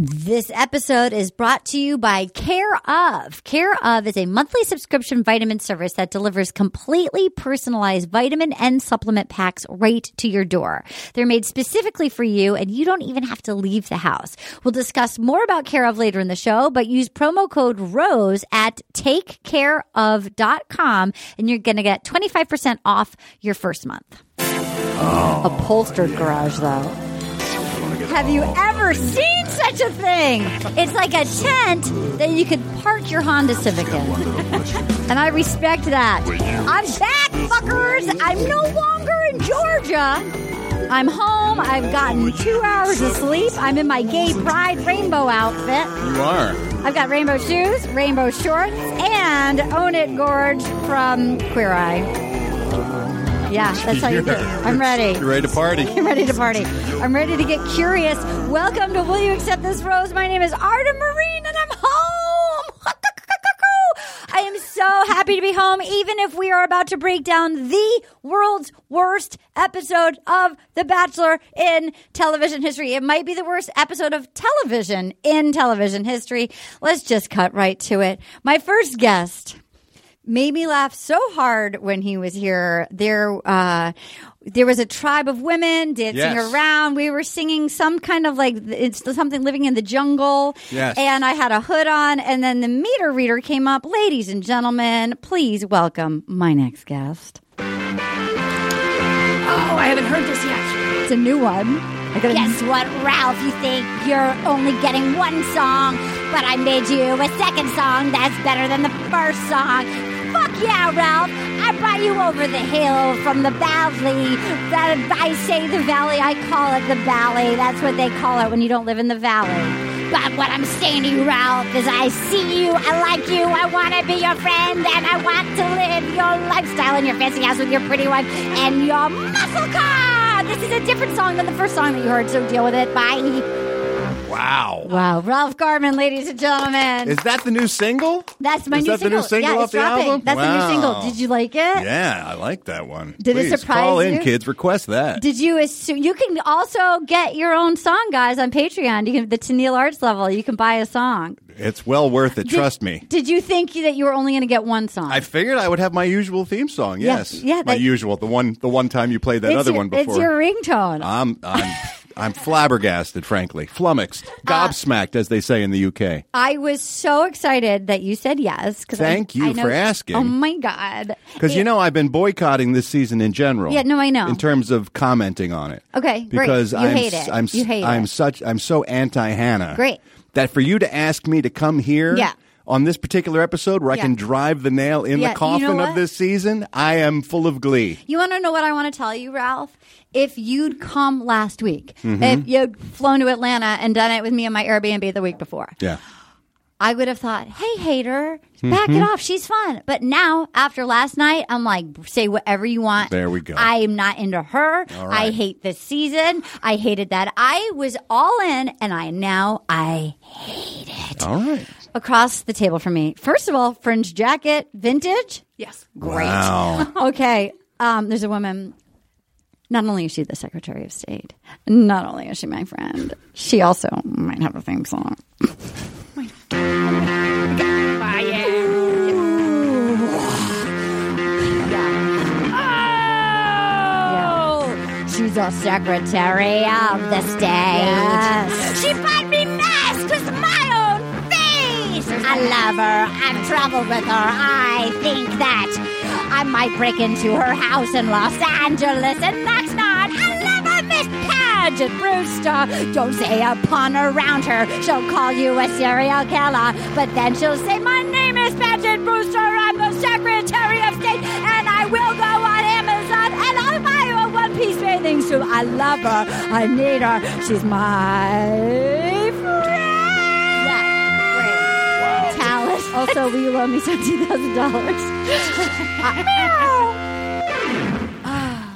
This episode is brought to you by Care of. Care of is a monthly subscription vitamin service that delivers completely personalized vitamin and supplement packs right to your door. They're made specifically for you and you don't even have to leave the house. We'll discuss more about Care of later in the show, but use promo code ROSE at takecareof.com and you're going to get 25% off your first month. Upholstered garage though. Have you ever seen such a thing? It's like a tent that you could park your Honda Civic in. And I respect that. I'm back, fuckers. I'm no longer in Georgia. I'm home. I've gotten two hours of sleep. I'm in my gay pride rainbow outfit. You are. I've got rainbow shoes, rainbow shorts, and Own It Gorge from Queer Eye. Yeah, that's how you do it. I'm ready. You're ready to party. I'm ready to party. I'm ready to get curious. Welcome to Will You Accept This Rose? My name is Arda Marine and I'm home. I am so happy to be home, even if we are about to break down the world's worst episode of The Bachelor in television history. It might be the worst episode of television in television history. Let's just cut right to it. My first guest made me laugh so hard when he was here. There, uh, there was a tribe of women dancing Yes. around. We were singing some kind of like it's something living in the jungle. Yes. And I had a hood on, and then the meter reader came up. Ladies and gentlemen, please welcome my next guest. Oh, I haven't heard this yet. It's a new one. I got Guess what, Ralph? You think you're only getting one song, but I made you a second song that's better than the first song. Fuck yeah, Ralph! I brought you over the hill from the valley. That I say the valley, I call it the valley. That's what they call it when you don't live in the valley. But what I'm saying to you, Ralph, is I see you, I like you, I want to be your friend, and I want to live your lifestyle in your fancy house with your pretty wife and your muscle car. Uh, This is a different song than the first song that you heard, so deal with it. Bye. Wow. Wow, Ralph Garman, ladies and gentlemen. Is that the new single? that's my is new that the single. new single yeah, off it's the dropping. album? That's the new Wow. single. Did you like it? Yeah, I like that one. Did it Please, surprise call you? in, kids. Request that. Did you assume you can also get your own song, guys, on Patreon? You can the Tennille Arts level. You can buy a song. it's well worth it. Did- Trust me. Did you think that you were only going to get one song? I figured I would have my usual theme song. Yeah, Yes. yeah, my that- usual. The one. The one time you played that It's other your- one before. Uh, It's your ringtone. I'm. I'm. I'm flabbergasted, frankly, flummoxed, Uh, gobsmacked, as they say in the UK. I was so excited that you said yes. 'cause I- Thank you I know- for asking. Oh my god! Because you It- know, I've been boycotting this season in general. Yeah, no, I know. In terms of commenting on it. Okay, great. because You I'm, hate s- it. I'm, s- You hate I'm it. such. I'm so anti Hannah. Great. That for you to ask me to come here. Yeah. On this particular episode, where Yeah. I can drive the nail in Yeah, you the know coffin what? of this season, I am full of glee. You want to know what I want to tell you, Ralph? If you'd come last week, Mm-hmm. if you'd flown to Atlanta and done it with me in my Airbnb the week before, Yeah. I would have thought, "Hey, hater, back Mm-hmm. it off. She's fun." But now, after last night, I'm like, "Say whatever you want." There we go. I am not into her. All I right. hate this season. I hated that. I was all in, and I now I All right. across the table from me. First of all, fringe jacket, vintage. Yes. Great. Wow. Okay. Um, there's a woman. Not only is she the Secretary of State, not only is she my friend, she also might have a theme song. Fire. Yeah. Oh! She's a Secretary of the State. She bought me masks with my own face. I love her. I've traveled with her. I think that I might break into her house in Los Angeles, and that's not. I love her, Miss Pageant Brewster. Don't say a pun around her. She'll call you a serial killer, but then she'll say, "My name is Pageant Brewster. I'm the Secretary of State, and I will go on Amazon and I'll buy her a one-piece bathing suit. I love her. I need her. She's my friend." Talent. Also, will you loan me seventeen thousand dollars?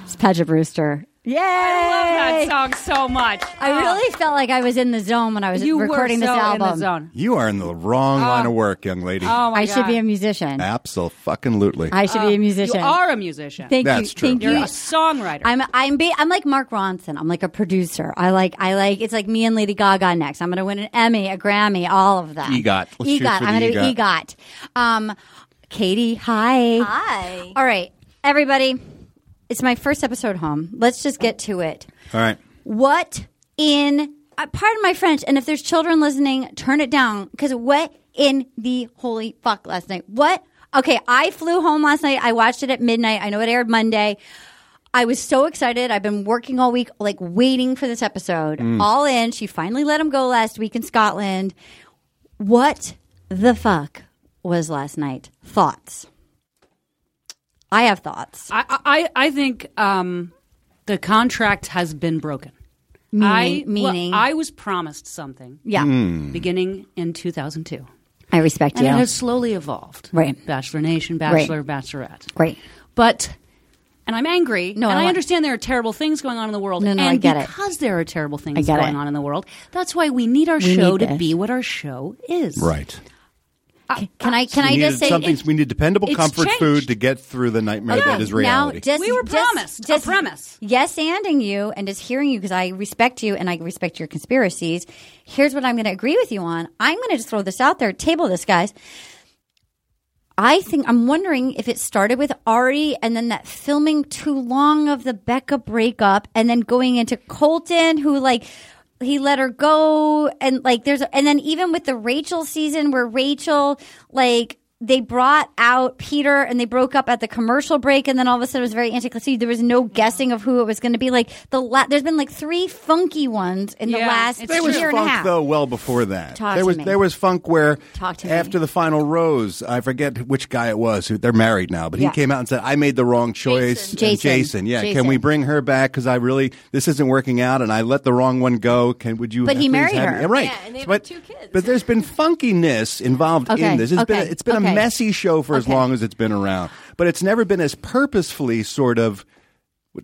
It's Padgett Brewster. Yay! I love that song so much. I really felt like I was in the zone when I was you recording were so this album. in the zone. You are in the Oh. wrong line of work, young lady. Oh my I God. Uh, should be a musician. Uh, Absolutely. I should be a musician. You are a musician. Thank That's you. true. Thank You're you. a songwriter. I'm I'm be, I'm like Mark Ronson. I'm like a producer. I like I like it's like me and Lady Gaga next. I'm going to win an Emmy, a Grammy, all of that. EGOT. Let's shoot EGOT. for I'm the going to EGOT. Um, Katie, hi. Hi. All right, everybody. It's my first episode home. Let's just get to it. All right. What in uh, pardon my French, and if there's children listening, turn it down because what in the holy fuck last night? What? Okay, I flew home last night. I watched it at midnight. I know it aired Monday. I was so excited. I've been working all week, like waiting for this episode. All in. She finally let him go last week in Scotland. What the fuck was last night? Thoughts? I have thoughts. I, I, I think um, the contract has been broken. I, well, meaning? I was promised something Yeah, Mm. beginning in 2002. I respect And you. it has slowly evolved. Right. Bachelor Nation, Bachelor, Bachelorette. Great. But, and I'm angry. No, and I I, want- understand there are terrible things going on in the world. No, no, and I get it. because there are terrible things get going it. on in the world, that's why we need our show need to this. be what our show is. Right. Can I? Can we I needed just say something. we need dependable it's comfort changed. food to get through the nightmare that is reality. Now, just, We were just- promised a just premise. Yes, anding you and just hearing you because I respect you and I respect your conspiracies. Here's what I'm going to agree with you on. I'm going to just throw this out there, table this, guys. I think I'm wondering if it started with Ari and then that filming too long of the Becca breakup and then going into Colton who like he let her go and like there's and then even with the Rachel season where Rachel like they brought out Peter and they broke up at the commercial break and then all of a sudden it was very anticlimactic. There was no guessing of who it was going to be. Like the la- there's been like three funky ones in the Yeah, last it's There year was and a funk half. though well before that. Talk there to was me. there was funk where Talk to me. after the final rose, I forget which guy it was. who- They're married now, but Yeah. he came out and said, "I made the wrong Jason. choice." And Jason. Jason, yeah. Jason. Can we bring her back? Because I really this isn't working out, and I let the wrong one go. Can would you? But he please married have her. me- Yeah, right? Yeah, and they have but, two kids. But there's been funkiness involved Okay, in this. It's been okay, a, it's been okay. a messy show for as Okay. long as it's been around, but it's never been as purposefully sort of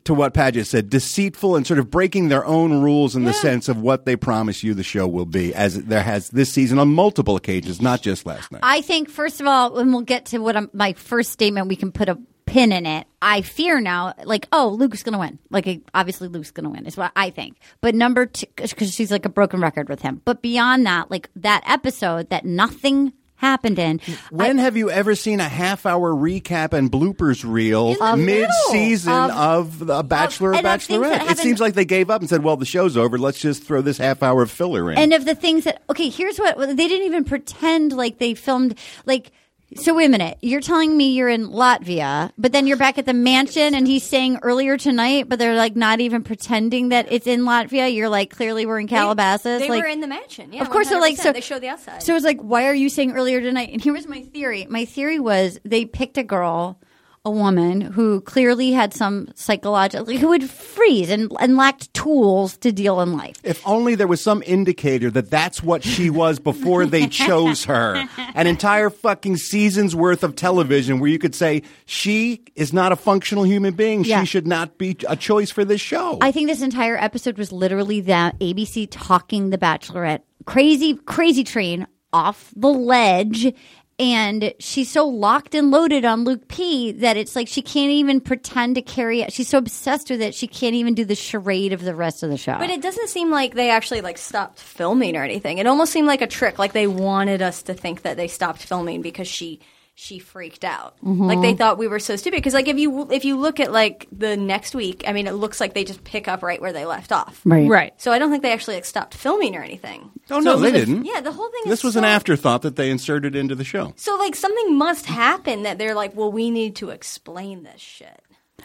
to what Paget said, deceitful and sort of breaking their own rules in the sense of what they promise you the show will be, as there has this season on multiple occasions, not just last night. I think first of all, when we'll get to what I'm, my first statement, we can put a pin in it. I fear now, like, oh, Luke's gonna win. Like, eh, obviously, Luke's gonna win is what I think. But number two, because she's like a broken record with him. But beyond that, like that episode that nothing happened in. when have you ever seen a half hour recap and bloopers reel the mid season middle of, The Bachelor or and of things that Bachelorette? It haven't- seems like they gave up and said, well, the show's over. Let's just throw this half hour of filler in. And of the things that okay, here's what they didn't even pretend like they filmed like. So wait a minute. You're telling me you're in Latvia, but then you're back at the mansion, and he's saying earlier tonight, but they're like not even pretending that it's in Latvia. You're like clearly we're in Calabasas. They like, were in the mansion. Yeah, of course they're like 100%. so they show the outside. So it's like, why are you saying earlier tonight? And here was my theory. My theory was they picked a girl, a woman who clearly had some psychological who would freeze and and lacked tools to deal in life. If only there was some indicator that that's what she was before they chose her. An entire fucking season's worth of television where you could say, she is not a functional human being. Yeah. She should not be a choice for this show. I think this entire episode was literally that ABC talking the Bachelorette crazy, crazy train off the ledge. And she's so locked and loaded on Luke P that it's like she can't even pretend to carry it. She's so obsessed with it, she can't even do the charade of the rest of the show. but it doesn't seem like they actually like stopped filming or anything. It almost seemed like a trick. Like they wanted us to think that they stopped filming because she she freaked out. Like they thought we were so stupid. Because like if you if you look at like the next week, I mean, it looks like they just pick up right where they left off. Right. So I don't think they actually like stopped filming or anything. oh, no, they didn't. Yeah, the whole thing. This is was so, an afterthought that they inserted into the show. So like something must happen that they're like, well, we need to explain this shit.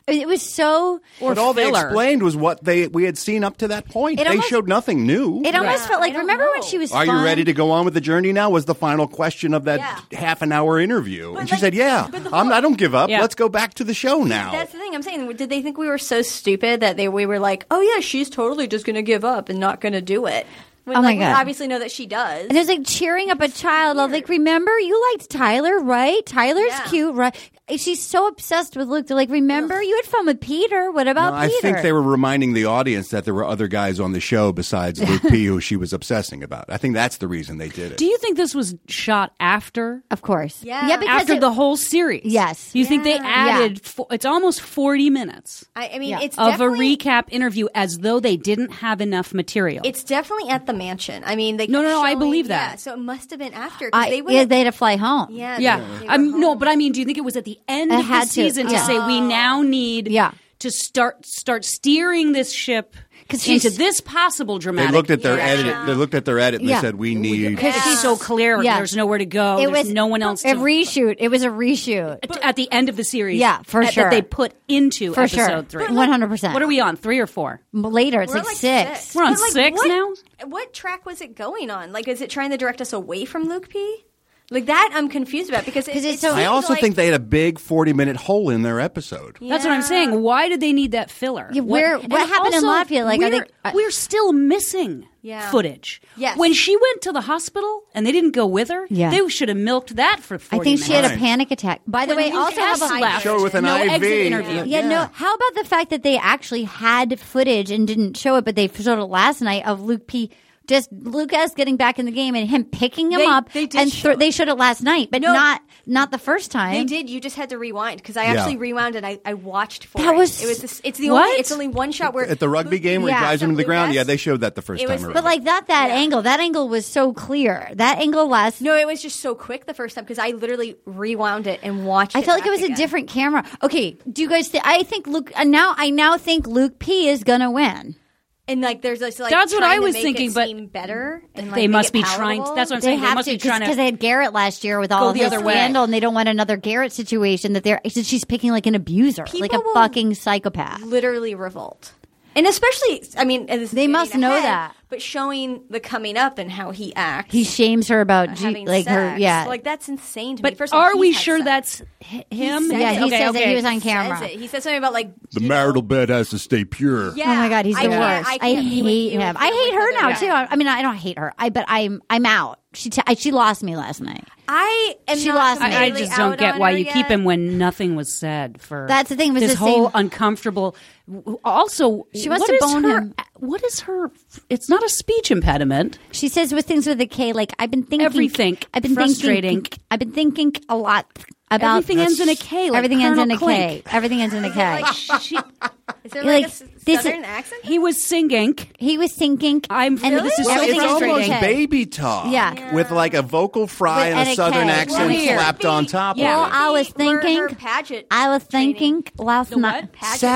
It was so. Or but all they filler. explained was what they we had seen up to that point. It they almost- showed nothing new. It almost Yeah, felt like I don't remember when know. she was. Are you fun? ready to go on with the journey now? Was the final question of that Yeah. half an hour interview. and she like- said, Yeah, but the I'm, whole- I don't give up. Yeah. Let's go back to the show now. That's the thing I'm saying. Did they think we were so stupid that they we were like, oh yeah, she's totally just going to give up and not going to do it? When, Oh my like, God. We obviously know that she does. And there's like cheering up a child. I was like, remember you liked Tyler, right? Tyler's Yeah. cute, right? she's so obsessed with Luke. They're like, remember you had fun with Peter. What about No, I Peter? think they were reminding the audience that there were other guys on the show besides Luke P who she was obsessing about. I think that's the reason they did it. Do you think this was shot after of course. Yeah. yeah because after it- the whole series? Yes. You think they added? Fo- it's almost forty minutes I, I mean, Yeah. it's of a definitely, recap interview, as though they didn't have enough material. It's definitely at the mansion. I mean, they No, kept no, no, I showing- believe that. Yeah, so it must have been after. 'cause I, they yeah, would've- they had to fly home. yeah, yeah. they were I'm, no, home. but I mean, do you think it was at the end It of the had to, season to yeah. say we now need Yeah. to start start steering this ship 'Cause she's- into this possible they dramatic? looked at their Yeah. edit. They looked at their edit and Yeah. they said, "We need." because Yeah. she's so clear. Yeah. There's nowhere to go. Oh, There's no one else. a To, reshoot. It was a reshoot. at the end of the series, Yeah, for that, sure. That they put into For episode sure. three, But, like, 100%. What are we on? Three or four? Later, it's We're like, six. We're on But, like, six what- now? What track was it going on? Like, is it trying to direct us away from Luke P? Like that, I'm confused about because it, 'Cause it's it so- I seems also like- think they had a big forty-minute hole in their episode. That's what I'm saying. Why did they need that filler? Yeah, where- and what happened in Latvia? Like, are we're, they- I- we're still missing Yeah. footage. Yes. When she went to the hospital and they didn't go with her, Yeah. they should have milked that for. 40 I think she had a Fine. panic attack. By the way, also have a left. left. Show with an no IV. Exit interview. Yeah, no. How about the fact that they actually had footage and didn't show it, but they showed it last night of Luke P. Just Lucas getting back in the game and him picking him They- up, they did and show thro- they showed it last night, but No. not not the first They time. did. You just had to rewind because I Yeah. actually rewound and I, I watched for That it. was- It was. This, it's the What? only. It's only one shot where At the rugby Luke game where Yeah. he drives him to the Luke ground, S- yeah, they showed that the first It time was- around. But like not that angle. That angle was so clear. That angle last. No, it was just so quick the first time because I literally rewound it and watched. I felt like back it was again. a different camera. Okay, do you guys? Th- I think Luke. Uh, now I now think Luke P is gonna win. And like, there's this, like. That's what trying I to was make thinking, It but seem better. And, like, They make must it be trying. palatable. That's what I'm They saying. They have must to be trying because to. they had Garrett last year with all go of the his other way. scandal, and they don't want another Garrett situation. That they're that she's picking like an abuser, like a People will- fucking psychopath. literally revolt. And especially, I mean, and this is They getting must know ahead, that. But showing the coming up and how he acts, He shames her about G- having like sex, her, yeah. like that's insane to me. but First of all, are he we had sure sex. that's hi- him? said yeah, it. he okay, says okay. that he was on He camera. says it. He said something about like the marital bed has to stay pure. Yeah. Oh my god, he's the I can't- worst. I I, can't be with hate you him. if I you're hate with her other now guys. too. I I mean, I don't hate her. I but I'm I'm out. She t- I, she lost me last night. I am She not lost me. I, I completely just don't out get on why her you keep yet. him when nothing was said. For That's the thing, was this the whole same- uncomfortable. Also, She wants what to is bone her- him. What is her? It's not a speech impediment. She says with things with a K, like I've been thinking, Everything. I've been Frustrating. thinking, I've been thinking a lot about Everything ends in a K. Like everything Colonel ends in a K. Clink. Everything ends in a K. She, Is there You're like, like, a s- this is- southern accent? he was singing. He was thinking. I'm- and Really? this is Well, everything it's is frustrating. almost straight K. baby talk, Yeah. with like a vocal fry With- and and a a southern K. accent Weird. slapped on top Yeah. Well, of it. I was Maybe her- thinking. her pageant I was training. thinking last night. So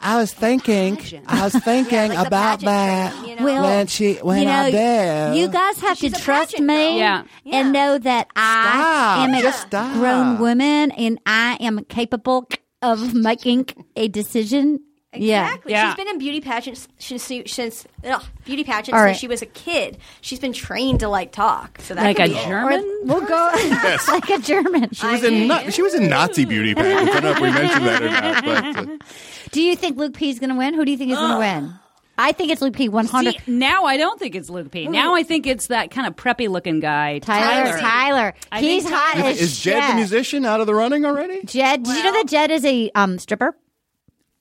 I was thinking, I was thinking like the about pageant that thing, you know? Well, when she when you know, I there. you guys have to She's a trust pageant girl. me Yeah. and know that I Stop. am a Just stop. grown woman and I am capable of making a decision. Yeah. Exactly. Yeah. She's been in beauty pageants since she- since ugh, beauty pageants All right. since she was a kid. She's been trained to like talk. So that Like could a be it. Or German? we'll go like a German. she was in Na- she was in Nazi beauty pageants. I don't know if we mentioned that or not. But, uh, Do you think Luke P is going to win? Who do you think is going to win? I think it's Luke P. One hundred. See, now I don't think it's Luke P. Now I think it's that kind of preppy looking guy, Tyler, Tyler. Tyler, I he's think- hot as is Jed the shit. musician out of the running already? Jed, did you know that Jed is a um, stripper?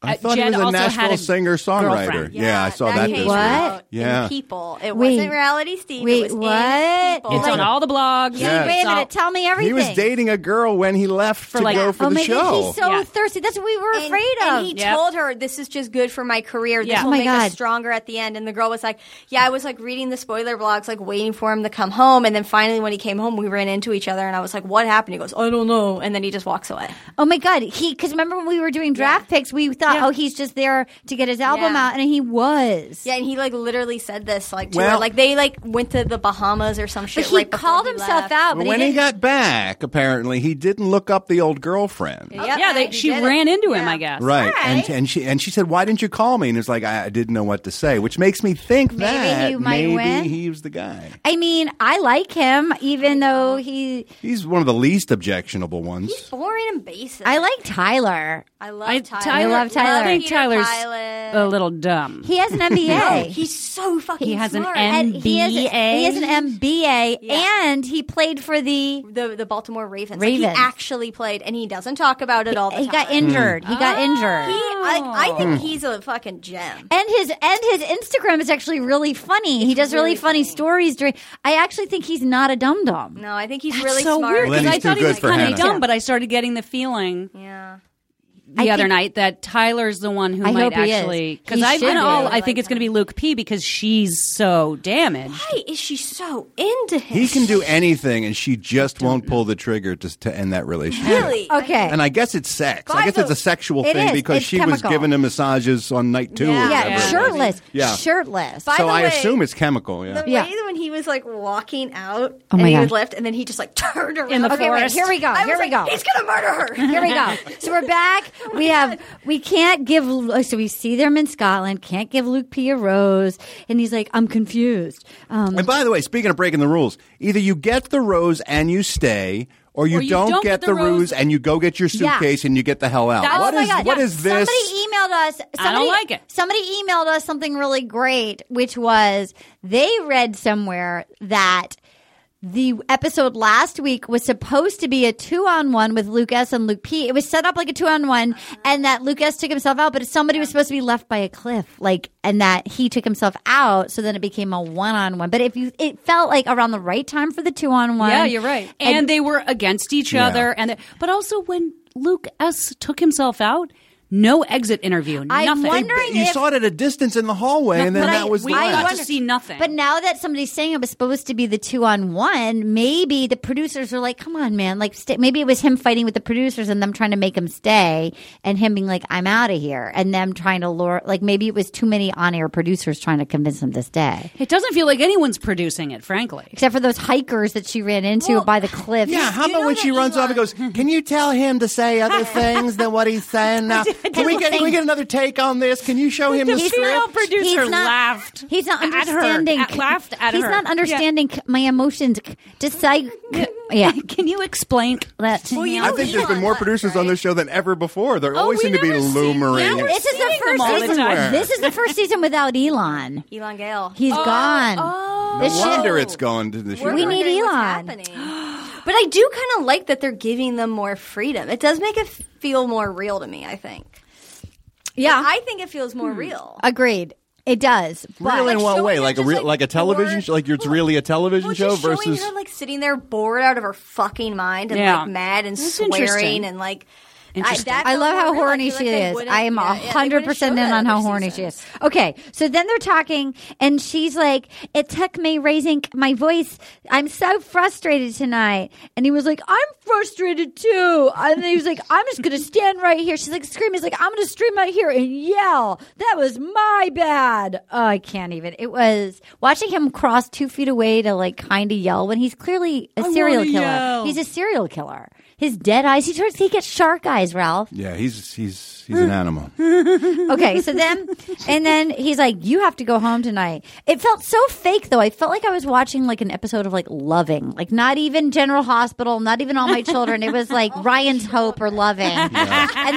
I Uh, thought Jed he was a also had Nashville a singer songwriter. girlfriend. Yeah, I saw that. came this What? week. out in Yeah. People. It Wait. wasn't reality Steve. Wait, it was in what? People. It's Like- on all the blogs. Yes. Wait a It's all- minute, tell me everything. He was dating a girl when he left to like- go for oh the my show. god, he's so Yeah. thirsty. That's what we were And- afraid of. And he Yep. told her, "This is just good for my career. This Yeah. will Oh my make God. us stronger at the end." And the girl was like, "Yeah, I was like reading the spoiler blogs, like waiting for him to come home. And then finally, when he came home, we ran into each other, and I was like, "What happened?" He goes, "I don't know." And then he just walks away. oh my god, he because remember when we were doing draft picks, we thought, oh, he's just there to get his album Yeah. out, and he was. Yeah, and he like literally said this like to her, Well- like they like went to the Bahamas or some but shit. he right before called he himself left. out. But But when he, he, didn't- got back, apparently he didn't look up the old girlfriend. Yep, yeah, they, he she did it. ran into him, Yeah. I guess. Right. And Right. and she and she said, Why didn't you call me? And it's like I, I didn't know what to say, which makes me think Maybe that he might maybe win. he was the guy. I mean, I like him, even though he. He's one of the least objectionable ones. He's boring and basic. I like Tyler. I love I, Tyler. Tyler, love Tyler. I think Peter Tyler's Pilot. a little dumb. He has an MBA. He's so fucking. He has an smart. M- And he has, he has an MBA, Yeah. and he played for the. the the Baltimore Ravens. Like, Ravens. he actually played, and he doesn't talk about it all the He time. got injured. He got injured. Oh. He, Oh. I, I Hmm. think he's a fucking gem. and his and his Instagram is actually really funny. he does really, really funny, funny. stories during. I actually think he's not a dum dum. No, I think he's really so smart. weird Well, then because he's too I thought he good was for kind Hannah. of dumb, but I started getting the feeling yeah. the other night that Tyler's the one who I might hope he is. actually because He I've should been all be. I think it's going to be Luke P because she's so damaged. Why is she so into him? He can do anything, and she just won't pull the trigger to, to end that relationship. really. Okay. And I guess it's sex. I Guys guess it's are- a sexual It thing is. because It's she was chemical. giving him massages on night two. Yeah. or yeah, whatever. Yeah. shirtless. Yeah. Shirtless. By So the I way, assume it's chemical. Yeah. The Yeah. way that when he was like walking out Oh and my he was God. left, and then he just like turned around. the okay, wait, forest. here we go. I Here was we like, go. He's Oh gonna murder her. Here we go. So we're back. We have we can't give so we see them in Scotland. Can't give Luke P a rose, and he's like, "I'm confused." Um, And by the way, speaking of breaking the rules, either you get the rose and you stay, or you, Or you don't, don't get, the rose. and you go get your Yeah. suitcase and you get the hell out. That's- What oh is my God. what Yeah. is this? Somebody emailed us. Somebody, I don't like it. Somebody emailed us something really great, which was they read somewhere that the episode last week was supposed to be a two on one with Lucas and Luke P. It was set up like a two on one, Uh-huh. and that Lucas took himself out, but somebody was supposed to be left by a cliff, like, and that he took himself out, so then it became a one on one. But if you, it felt like around the right time for the two on one. Yeah, you're right. And, they were against each other, and they, but also when Luke S took himself out, no exit interview, I'm nothing. wondering- you if- saw it at a distance in the hallway, and then but that I- was we the got end. to see nothing. But now that somebody's saying it was supposed to be the two on one, maybe the producers are like, "Come on, man!" Like, stay. maybe it was him fighting with the producers and them trying to make him stay, and him being like, "I'm out of here," and them trying to lure. Like, maybe it was too many on-air producers trying to convince him to stay, it doesn't feel like anyone's producing it, frankly. except for those hikers that she ran into by the cliff. Yeah, how you about know when that she runs off and goes, "Can you tell him to say other things than what he's saying now? Can we get can we get another take on this? Can you show him the He's female not- script?" producer he's not- laughed. He's not at her, understanding. at- laughed at he's her. not understanding my emotions. Decide. Yeah. Can you explain that? To Well, you him? know I think there's been Elon more Musk, producers on right? this show than ever before. They always we seem to be never see- loomering. now we're This is the seeing them first all the season. time. This is the first season without Elon. Elon Gale. He's gone. No This shit- wonder it's gone to the We're show. We need wondering what's Elon. happening. but I do kind of like that they're giving them more freedom. It does make it feel more real to me. I think. Yeah. Hmm. I think it feels more real. Agreed. It does. But Real in what showing way? her Like a just, real, like a television, bored- show? like it's Well, really a television well, show just showing versus. her like sitting there bored out of her fucking mind and Yeah. like mad and That's interesting. swearing and like. I, Interesting. that I felt love more how real. I horny feel she like they is. wouldn't- I am yeah, a yeah, they hundred wouldn't percent show in that on how other horny she seasons. is. Okay, so then they're talking, and she's like, "It took me raising my voice. I'm so frustrated tonight." And he was like, "I'm frustrated too." And then he was like, "I'm just gonna stand right here." She's like screaming, "He's like, I'm gonna scream out here and yell. That was my bad." Oh, I can't even. It was watching him cross two feet away to like kind of yell when he's clearly a wanna serial killer. yell. He's a serial killer. His dead eyes. He turns. He gets shark eyes, Ralph. yeah, he's he's he's an animal. Okay, so then, and then he's like, "You have to go home tonight." It felt so fake, though. I felt like I was watching like an episode of like Loving, like not even General Hospital, not even All My Children. It was like Ryan's Hope or Loving, and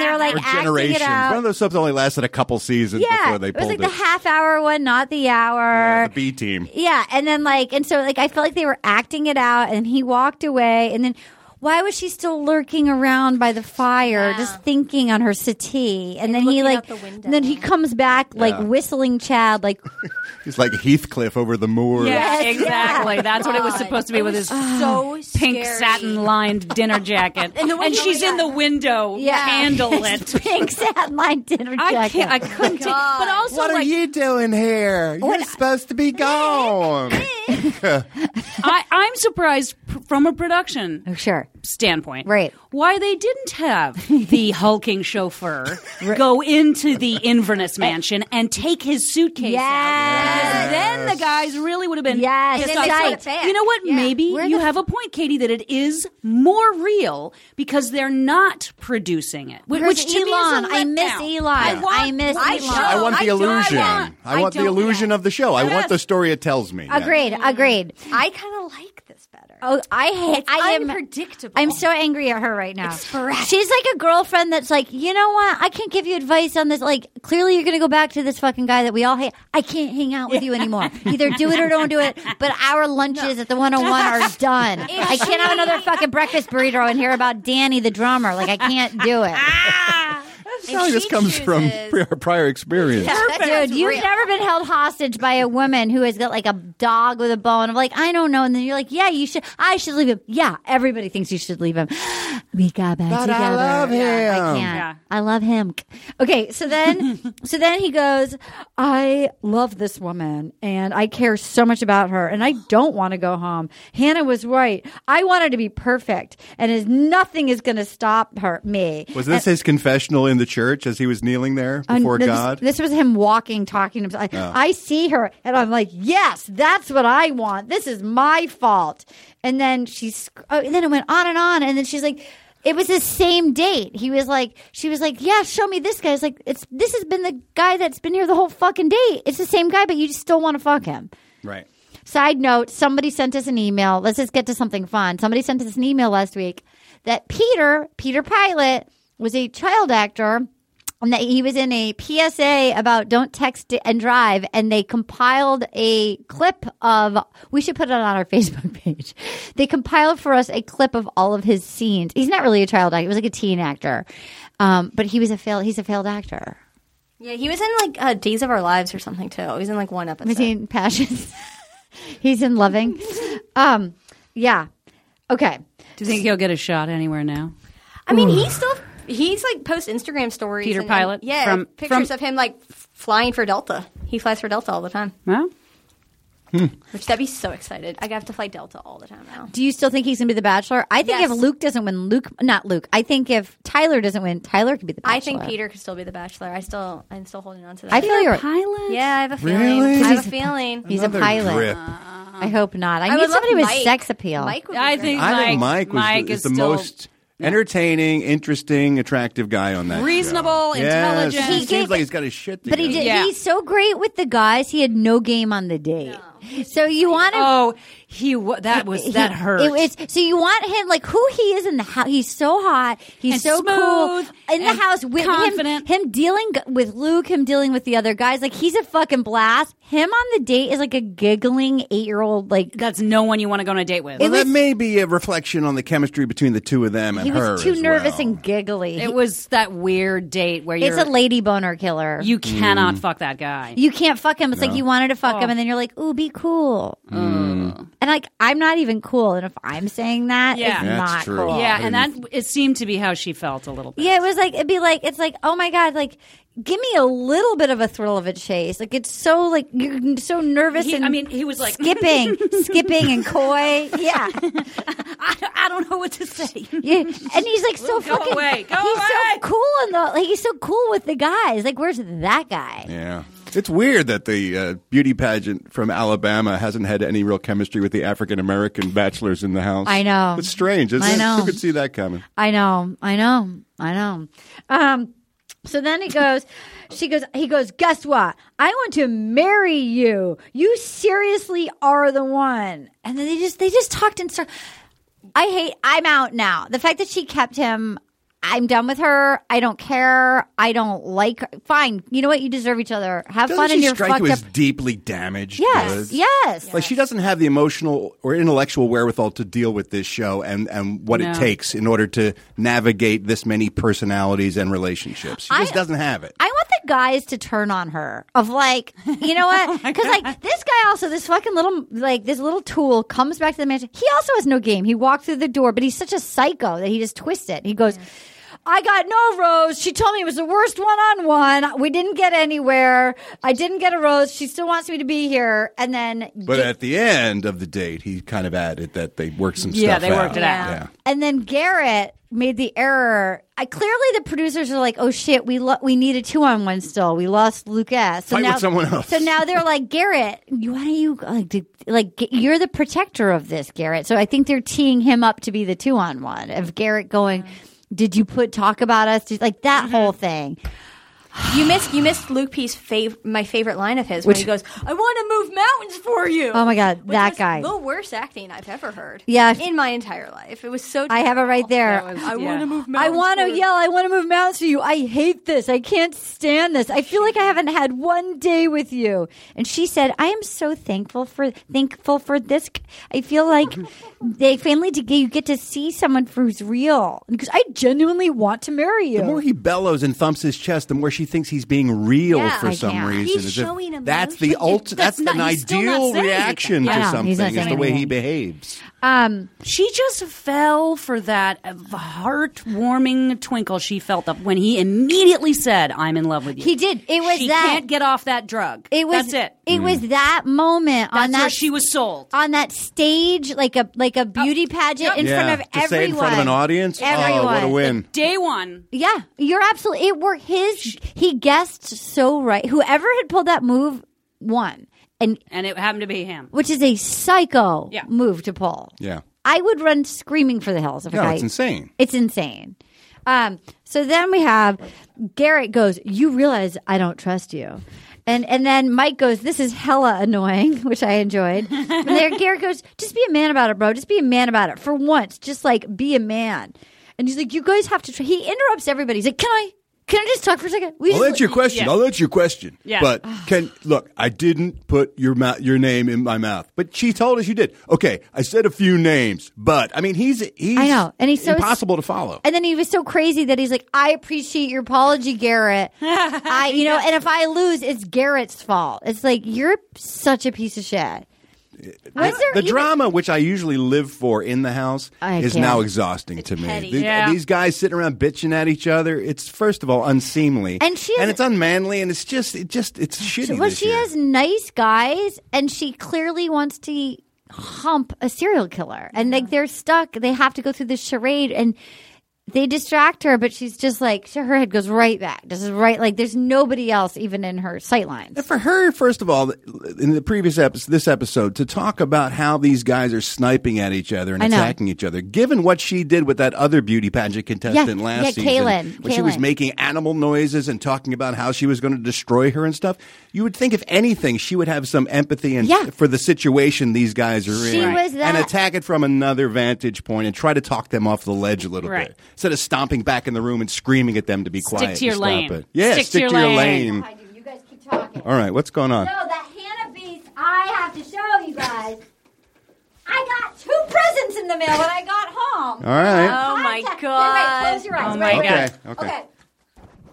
they were like Or acting generations. it One of out. those subs only lasted a couple seasons Yeah, before they it was pulled like the half hour one, not the hour. the B team. Yeah, and then like, and so like, I felt like they were acting it out, and he walked away, and then. Why was she still lurking around by the fire, just thinking on her settee? And, then he looking like, out the window. and then he comes back like Yeah. whistling Chad, like He's like Heathcliff over the moor. Yeah, Yes, exactly. That's what it was God. supposed to be It with his was so pink scary. satin lined dinner jacket. and, the window- she's in the window, Yeah. candlelit. pink satin lined dinner jacket. I can't. I couldn't. Take, but also, What are like, you doing here? You're supposed to be gone. I, I'm surprised p- from a production Oh, sure. standpoint, Right. Why they didn't have the hulking chauffeur go into the Inverness mansion and take his suitcase out. Eh. Yes. Because then the guys really would have been. Yes, pissed it's off. right. So, You know what? Maybe Where you the- have a point, Katie, that it is more real because they're not producing it. Which, Where's which to me is a Elon? I miss letdown. Elon. want- I miss I Elon. should- I want the I don't illusion. want- I want I the don't illusion want- of the show. I want Yes. the story it tells me. Yeah. Agreed. Agreed. I kind of like like this better. Oh, I hate. I am. unpredictable. I'm so angry at her right now. She's like a girlfriend that's like, you know what? I can't give you advice on this. Like, clearly you're going to go back to this fucking guy that we all hate. I can't hang out with you anymore. Either do it or don't do it. But our lunches at the 101 are done. I can't have another fucking breakfast burrito and hear about Danny the drummer. Like, I can't do it. Sorry, this she comes from chooses- pri- prior experience. Dude, you've real. never been held hostage by a woman who has got like a dog with a bone. I'm like, I don't know. And then you're like, yeah, you should. I should leave him. Yeah, everybody thinks you should leave him. We got back But I together. love Yeah, I him. can't. Yeah. I love him. Okay, so then, so then he goes. I love this woman, and I care so much about her, and I don't want to go home. Hannah was right. I wanted to be perfect, and is nothing is going to stop her me. Was this his confessional in the church as he was kneeling there Uh, before no, this- God? This, was him walking, talking to himself. I- I see her and I'm like, yes, that's what I want. This is my fault. And then she's, oh, and then it went on and on. And then she's like, it was the same date. He was like, she was like, yeah, show me this guy. It's like, it's this has been the guy that's been here the whole fucking date. It's the same guy, but you just still want to fuck him. right. Side note, somebody sent us an email. Let's just get to something fun. Somebody sent us an email last week that Peter, Peter Pilot, was a child actor and that he was in a PSA about don't text and drive and they compiled a clip of we should put it on our Facebook page. They compiled for us a clip of all of his scenes. He's not really a child actor, he was like a teen actor. Um, but he was a failed he's a failed actor. yeah, he was in like uh, Days of Our Lives or something too. He was in like one episode. He's in passions. He's in loving. Um, yeah. Okay. Do you think he'll get a shot anywhere now? I mean, he's still he's like post Instagram stories. Peter and- and- Pilot yeah, from- pictures from- of him like f- flying for Delta. He flies for Delta all the time. Well, Which that'd be so excited. I have to fly Delta all the time now. Do you still think he's going to be the bachelor? I think Yes. if Luke doesn't win, Luke, not Luke. I think if Tyler doesn't win, Tyler could be the bachelor. I think Peter could still be the Bachelor. I still I'm still holding on to that. I feel you're. pilot. yeah, I have a feeling. Really? I have a feeling. He's a Another pilot. Uh, drip. I hope not. I, I need would love somebody with Mike. sex appeal. Mike would be I great. think I think Mike Mike, was Mike the, is is the still most entertaining, interesting, attractive guy on that. show. Reasonable, Yes. intelligent. He He seems gave- like he's got his shit together. but he did, Yeah. he's so great with the guys. He had no game on the date. So you want to Oh, he wa- that was that He- hurt. It was so you want him like who he is in the house. He's so hot. He's And so smooth cool in the and house with confident. him. Him dealing g- with Luke. Him dealing with the other guys. Like he's a fucking blast. Him on the date is like a giggling eight year old. Like That's no one you want to go on a date with. Well, that may be a reflection on the chemistry between the two of them and he her. was too as nervous well. and giggly. It was that weird date where you're it's a lady boner killer. you cannot fuck that guy. You can't fuck him. It's like you wanted to Oh. fuck him, and then you're like, "Ooh, be cool." Mm. And like, I'm not even cool. And if I'm saying that, Yeah. it's That's not true. cool. yeah, and that it seemed to be how she felt a little bit. Yeah, it was like it'd be like it's like oh my god, like give me a little bit of a thrill of a chase. Like it's so like you're so nervous. He- and I mean, he was like- skipping, skipping and coy. Yeah, I, I don't know what to say. yeah. And he's like so Go fucking. away, go he's so away. cool in the like he's so cool with the guys. Like where's that guy? Yeah. It's weird that the uh, beauty pageant from Alabama hasn't had any real chemistry with the African American bachelors in the house. I know. It's strange, isn't I it? know. Who could see that coming? I know, I know, I know. Um, so then he goes, she goes, he goes, guess what? I want to marry you. You seriously are the one. And then they just, they just talked and started. I hate, I'm out now. The fact that she kept him, I'm done with her. I don't care. I don't like her. Fine. You know what? You deserve each other. Have Doesn't fun she in your strike fucked up. you as deeply damaged? Yes, Liz? yes. Like she doesn't have the emotional or intellectual wherewithal to deal with this show and, and what No. it takes in order to navigate this many personalities and relationships. She just doesn't have it. I want the guys to turn on her of like, you know what? Because like this guy also, this fucking little like this little tool comes back to the mansion. He also has no game. He walked through the door, but he's such a psycho that he just twists it. He goes. I got no rose. She told me it was the worst one on one. We didn't get anywhere. I didn't get a rose. She still wants me to be here. And then, but at the end of the date, he kind of added that they worked some Yeah, stuff they worked it out. Yeah. and then Garrett made the error. I clearly the producers are like, "Oh shit, we lo- we need a two on one still. We lost Lucas. So Fight now with someone else. So now they're like, Garrett, you- why don't you like do- like get- you're the protector of this, Garrett? So I think they're teeing him up to be the two on one of Garrett going. Did you put talk about us? Did- Like that whole thing. You missed you missed Luke P's fav- my favorite line of his when he goes, "I want to move mountains for you." Oh my God, Which that was guy. The worst acting I've ever heard. Yeah. in my entire life, it was so. I have it right there. terrible. I yeah. want to move I mountains. want for to you." yell. I want to move mountains to you. I hate this. I can't stand this. I feel like I haven't had one day with you. And she said, "I am so thankful for thankful for this. I feel like they finally to get, you get to see someone who's real because I genuinely want to marry you." The more he bellows and thumps his chest, the more she thinks he's being real Yeah, for I some can't. reason. He's As if showing that's the emotion. ult- That's, That's not- an he's still not ideal saying reaction anything. to Yeah, something. he's not Is the saying way he anything. behaves. um, She just fell for that uh, heartwarming twinkle she felt up when he immediately said, "I'm in love with you." He did. It was she that- can't get off that drug. it was That's it. was Mm. that moment That's on that where she was sold. on that stage, like a like a Oh, beauty pageant in yeah. front of to say everyone, it in front of an audience. Everyone. Oh, what a win! Day one. Yeah, you're absolutely. It were his. He guessed so right. Whoever had pulled that move won, and And it happened to be him. which is a psycho Yeah. move to pull. Yeah. I would run screaming for the hills. If No, I, it's insane. It's insane. Um, so then we have Garrett goes. You realize I don't trust you. And, and then Mike goes, This is hella annoying, which I enjoyed. And there Garrett goes, Just be a man about it, bro. Just be a man about it. For once, just like be a man. And he's like, You guys have to. Try. He interrupts everybody. He's like, Can I? Can I just talk for a second? We I'll just- answer your question. Yeah. I'll answer your question. Yeah. But can look, I didn't put your mou- your name in my mouth, but she told us you did. Okay, I said a few names, but I mean, he's he's I know, and he's so- impossible to follow. And then he was so crazy that he's like, "I appreciate your apology, Garrett. I, you know, and if I lose, it's Garrett's fault. It's like you're such a piece of shit." Was there the even- drama, which I usually live for in the house, I is can't. now exhausting to me. petty. Th- Yeah. These guys sitting around bitching at each other. It's first of all unseemly, And she has- and it's unmanly, and it's just it just it's shitty. Well, this she year. has nice guys, and she clearly wants to hump a serial killer, and like they're stuck. They have to go through this charade, and they distract her, but she's just like she- her head goes right back. This is right. Like there's nobody else even in her sight lines. for her, first of all, in the previous episode, this episode, to talk about how these guys are sniping at each other and I know. attacking each other, given what she did with that other beauty pageant contestant Yeah, last yeah, season, Kaylin, when she was Kaylin. making animal noises and talking about how she was going to destroy her and stuff, you would think if anything, she would have some empathy and Yeah. for the situation these guys are She in, was that- and attack it from another vantage point and try to talk them off the ledge a little Right. bit instead of stomping back in the room and screaming at them to be Stick quiet. to your and lane. Stop it. Yeah, stick, to your, lane. You guys keep talking. All right, what's going on? No, that Hannah Beast, I have to show you guys. I got two presents in the mail when I got home. All right. Oh my Contact- god! Everybody close your eyes. Oh my Everybody- God. Okay. Okay.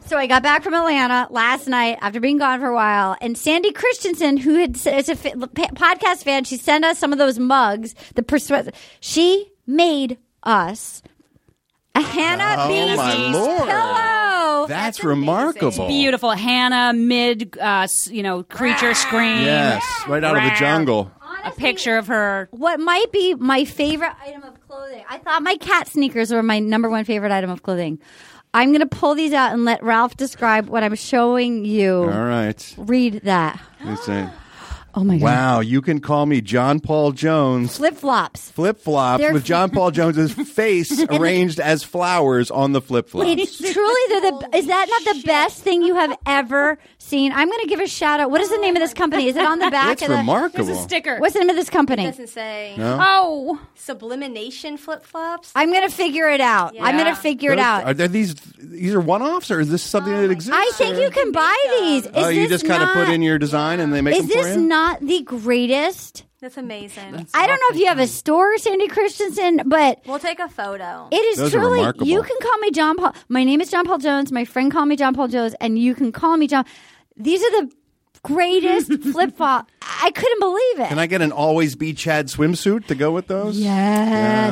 So I got back from Atlanta last night after being gone for a while, and Sandy Christensen, who had is a fa- pa- podcast fan, she sent us some of those mugs. The perspective she made us a Hannah Oh Beast my lord! pillow. That's, remarkable. Beautiful Hannah mid, uh, s- you know, creature scream. Yes, right out of the jungle. A picture of her. what might be my favorite item of clothing. I thought my cat sneakers were my number one favorite item of clothing. I'm going to pull these out and let Ralph describe what I'm showing you. All right. Read that. Let's see. Oh my God. Wow, you can call me John Paul Jones. Flip flops. Flip flop They're- with John Paul Jones's face arranged as flowers on the flip flop. It's truly they're the. Is that not the best thing you have ever seen? I'm going to give a shout out. What is the name of this company? Is it on the back? That's of the- remarkable. Sticker. What's the name of this company? Doesn't say oh. sublimination flip flops. I'm going to figure it out. I'm going Yeah. to figure it out. Um, Are there these? These are one-offs, or is this something that exists? I think or- you can buy these. Is Oh, you this just kind of not- put in your design and they make Is them for this you? not the greatest? That's amazing. I don't know if you have a store, Sandy Christensen, but we'll take a photo. it is Those are truly. remarkable. You can call me John Paul. My name is John Paul Jones. My friend called me John Paul Jones, and you can call me John. These are the greatest flip flop. I couldn't believe it. Can I get an always be Chad swimsuit to go with those? yes,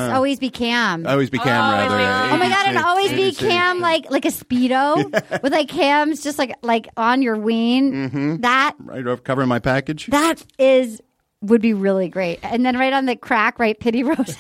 Yeah. always be Cam. Always be Cam, rather. Oh my god! And ABC. always be Cam, like like a speedo with like Cam's just like like on your ween. Mm-hmm. That Right off covering my package. that is would be really great. And then right on the crack, right, Pity Rose.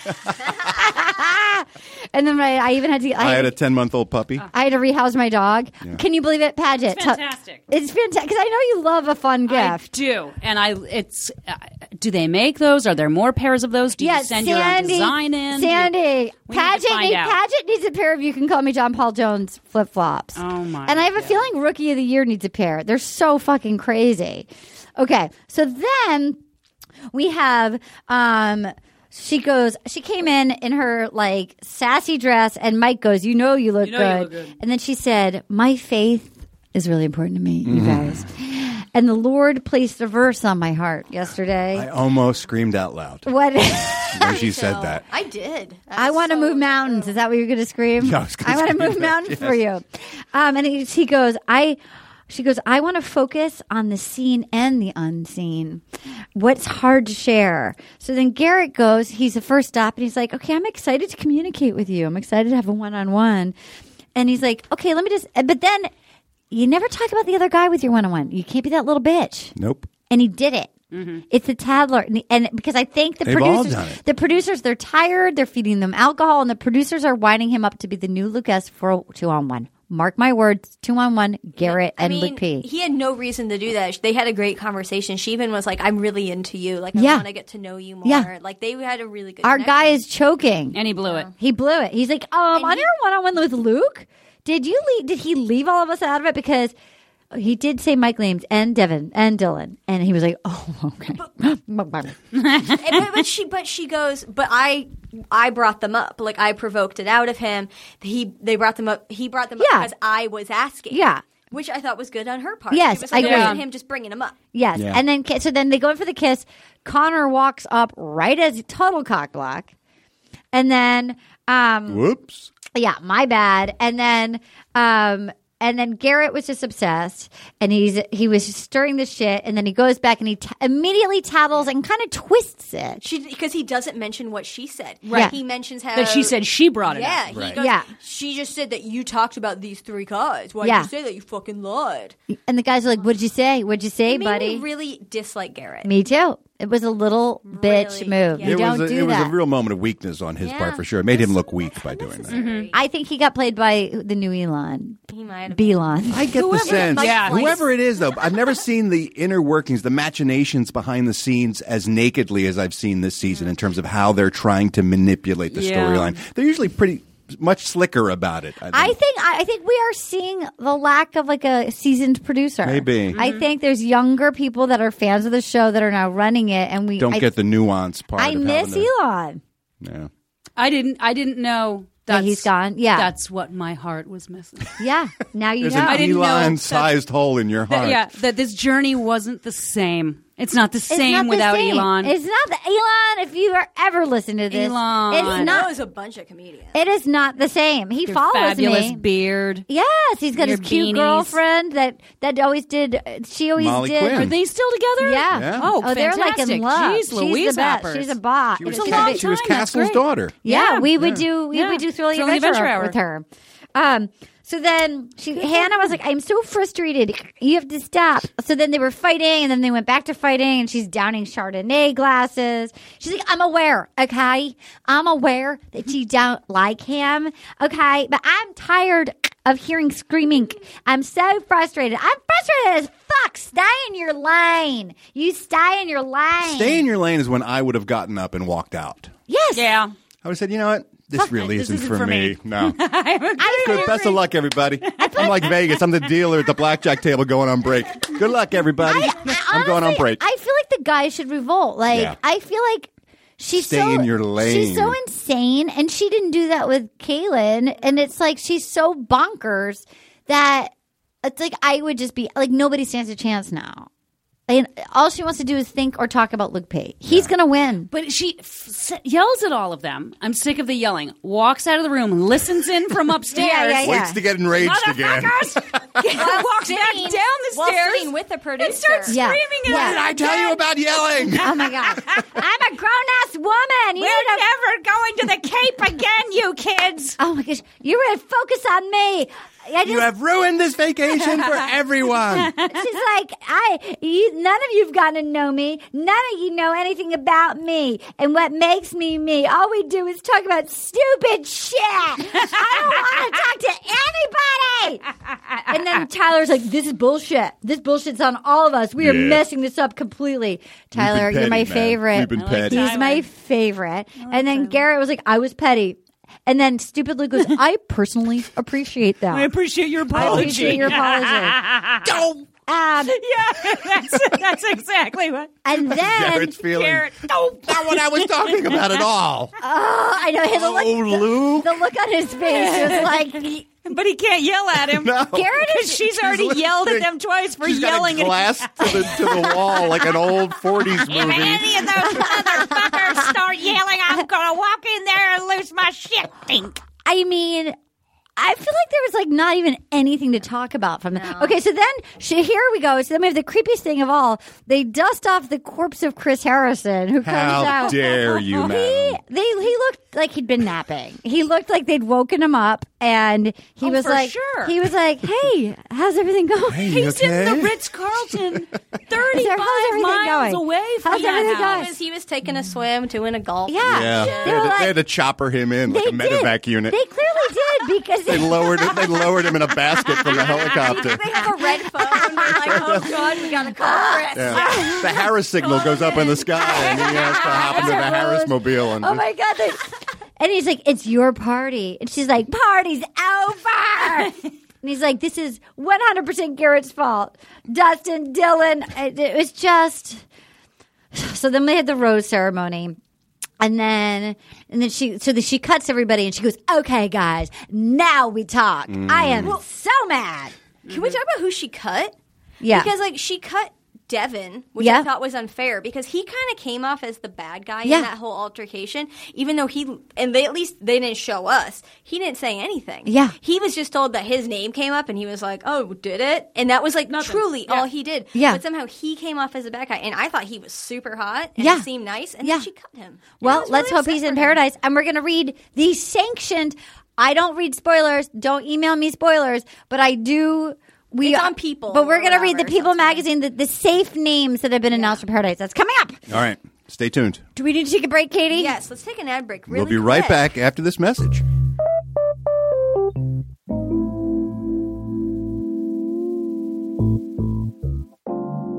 And then I, I Ah. even had to. I had a ten month old puppy. I had to rehouse my dog. Can you believe it, Paget? It's fantastic. it's fantastic because I know you love a fun I gift. do, and I it's. Uh, do they make those? Are there more pairs of those? Do Yeah, you send Sandy. your own design in? Sandy, We need to Paget, find need, out. Paget needs a pair of you can call me John Paul Jones flip flops. Oh, my And I have a God. feeling Rookie of the Year needs a pair. They're so fucking crazy. Okay, so then we have. um she goes. She came in in her like sassy dress, and Mike goes, "You know you look, You know good. you look good. And then she said, "My faith is really important to me, you guys." And the Lord placed a verse on my heart yesterday. I almost screamed out loud what? when she said that. I did. I want to move mountains. Is that what you're going to scream? Yeah, I was gonna want to scream move that, mountains for you. Um, and he, she goes, I. She goes, I want to focus on the seen and the unseen. What's hard to share? So then Garrett goes, he's the first stop, and he's like, Okay, I'm excited to communicate with you. I'm excited to have a one on one. And he's like, Okay, let me just. eh, But then you never talk about the other guy with your one on one. You can't be that little bitch Nope. and he did it. Mm-hmm. It's a toddler, and, and because I think the They've all producers, done it. the producers, they're tired. They're feeding them alcohol, and the producers are winding him up to be the new Lucas for two on one. Mark my words, two on one, Garrett I and mean, Luke P. he had no reason to do that. They had a great conversation. She even was like, "I'm really into you. Like, I Yeah. want to get to know you more." Yeah. Like, they had a really good. Our connection. guy is choking. And he blew it. He blew it. He's like, um, on he- your one on one with Luke, did you leave, did he leave all of us out of it because he did say Mike Leams and Devin and Dylan, and he was like, oh, okay. And- but, but she but she goes but i i brought them up like i provoked it out of him he they brought them up he brought them up Yeah. because i was asking Yeah. which i thought was good on her part Yes, she was like, I "Oh, agree. and him just bringing them up Yes. Yeah. And then, ki- so then they go in for the kiss. Connor walks up right as total cock block. And then, um, Whoops. yeah, my bad. And then, um, and then Garrett was just obsessed, and he's he was just stirring the shit, and then he goes back and he t- immediately tattles and kind of twists it. she because he doesn't mention what she said Right. he mentions how That she said she brought it. yeah, up. he Right. goes, Yeah. She just said that you talked about these three guys. Why Yeah. did you say that? You fucking lied. And the guys are like, "What'd you say? What'd you say, It made buddy?" me really dislike Garrett. Me too. It was a little bitch Really? move. Yeah. You it don't was a, do it that. was a real moment of weakness on his part for sure. It made him look weak by doing that. I think he got played by the new Elon, He might have Belon. I get the sense. Yeah. Whoever it is, though, I've never seen the inner workings, the machinations behind the scenes as nakedly as I've seen this season in terms of how they're trying to manipulate the Yeah. storyline. They're usually pretty much slicker about it. I think. I think I I think we are seeing the lack of like a seasoned producer. Maybe. Mm-hmm. I think there's younger people that are fans of the show that are now running it, and we don't I, get the nuance part. I of miss having Elon. the- Yeah. I didn't. I didn't know That that's, he's gone? Yeah. that's what my heart was missing. Yeah, now you There's know. an didn't know Elon-sized hole in your heart. yeah, that this journey wasn't the same. It's not the It's same not the without same. Elon. It's not the Elon. If you are ever listen to this, Elon. it's That not. was a bunch of comedians. It is not the same. He follows fabulous me. beard. yes, he's got Your his cute beanies. girlfriend that that always did. She always Molly did. Quinn. Are they still together? Yeah. Yeah. Oh, they're like fantastic. in love. Jeez, She's Louise the best. Hoppers. She's a bot. She was, It's a long she was time, that's Castle's great. daughter. Yeah, Yeah. we would do we Yeah. would do thrilling, Thrilling adventure, Adventure Hour. with her. Um, so then she, Hannah was like, "I'm so frustrated. You have to stop." So then they were fighting, and then they went back to fighting, and she's downing Chardonnay glasses. She's like, "I'm aware, okay, I'm aware that you don't like him, okay, but I'm tired of hearing screaming. I'm so frustrated. I'm frustrated as fuck. Stay in your lane. You stay in your lane. Stay in your lane is when I would have gotten up and walked out. yes, Yeah. I would have said, you know what? This really this isn't, isn't for, for me. me. No. I Good. agree. Best of luck, everybody. I'm like Vegas. I'm the dealer at the blackjack table going on break. Good luck, everybody. I am going on honestly- break. I feel like the guy should revolt. Like Yeah. I feel like she's Stay so in your lane. She's so insane, and she didn't do that with Kaylin. And it's like she's so bonkers that it's like I would just be like nobody stands a chance now. And all she wants to do is think or talk about Luke Pate. He's gonna win. But she f- s- yells at all of them. I'm sick of the yelling. Walks out of the room, listens in from upstairs. yeah, yeah. Waits to get enraged again. Motherfuckers! walks back down Sitting- the while stairs sitting with the producer. and starts Yeah. screaming Yeah. at Did us. I tell you about yelling? Oh my god! I'm a grown ass woman. You We're need to- never going to the Cape again, you kids. Oh my gosh! You were to focus on me. I you just- have ruined this vacation for everyone. She's like, I, you, none of you've gotten to know me. None of you know anything about me and what makes me me. All we do is talk about stupid shit. I don't want to talk to anybody. And then Tyler's like, this is bullshit. This bullshit's on all of us. We are Yeah. messing this up completely. Tyler, We've been you're my petty, man. favorite. We've been petty. He's my favorite. And then Garrett was like, I was petty. And then stupid Luke goes, I personally appreciate that. I appreciate your apology. appreciate your apology. Don't. Um, yeah, that's, that's exactly what. and then Garrett's feeling. Garrett, don't. Not what I was talking about at all. Oh, I know. His Oh, look, Luke. the look on his face was like, But he can't yell at him. No. Garrett Because is. she's already listening. yelled at them twice for She's yelling got a glass to, the, to the wall like an old 40s at him. movie. Any of those motherfuckers start yelling, I'm gonna walk in there and lose my shit. Think. I mean. I feel like there was like not even anything to talk about from that. Okay, so then she, here we go. So then we have the creepiest thing of all. They dust off the corpse of Chris Harrison, who comes How out. dare you, He, man. they, he looked like he'd been napping. He looked like they'd woken him up, and he was Oh, for like, sure. he was like, "Hey, how's everything going?" Hey, He's in okay? the Ritz Carlton, Is there- thirty-five how's everything miles going? away from How's that everything house. going? Because he was taking a swim, doing a golf. Yeah, Yeah. They, They were had to, like- they had to chopper him in like a medevac did. unit. They clearly did because They lowered him, they lowered him in a basket from the helicopter. They have a red phone. and We're like, oh god, we gotta call Ah! Chris. Yeah. The Harris signal goes up in the sky, and he has to hop into the Harris mobile. And Oh my god! they- and he's like, "It's your party," and she's like, "Party's over." and he's like, "This is one hundred percent Garrett's fault, Dustin Dillon." It, it was just. So then they had the rose ceremony. And then, and then she, so then she cuts everybody and she goes, okay, guys, now we talk. I am so mad. Can we talk about who she cut? Yeah. Because like she cut Devin, which Yeah. I thought was unfair because he kind of came off as the bad guy Yeah. in that whole altercation, even though he and they at least they didn't show us. He didn't say anything. Yeah. He was just told that his name came up and he was like, "Oh, did it?" And that was like truly all he did. Yeah. But somehow he came off as a bad guy, and I thought he was super hot and Yeah. seemed nice, and Yeah. then she cut him. I Well, was let's really hope upset he's for in him. paradise. And we're going to read the sanctioned. I don't read spoilers. Don't email me spoilers, but I do. We It's on People but we're or going to read whatever, the so People it's fine. magazine, the, the safe names that have been announced for Paradise. That's coming up. All right, stay tuned. Do we need to take a break, Katie? Yes, let's take an ad break. Really we'll be right quick. back after this message.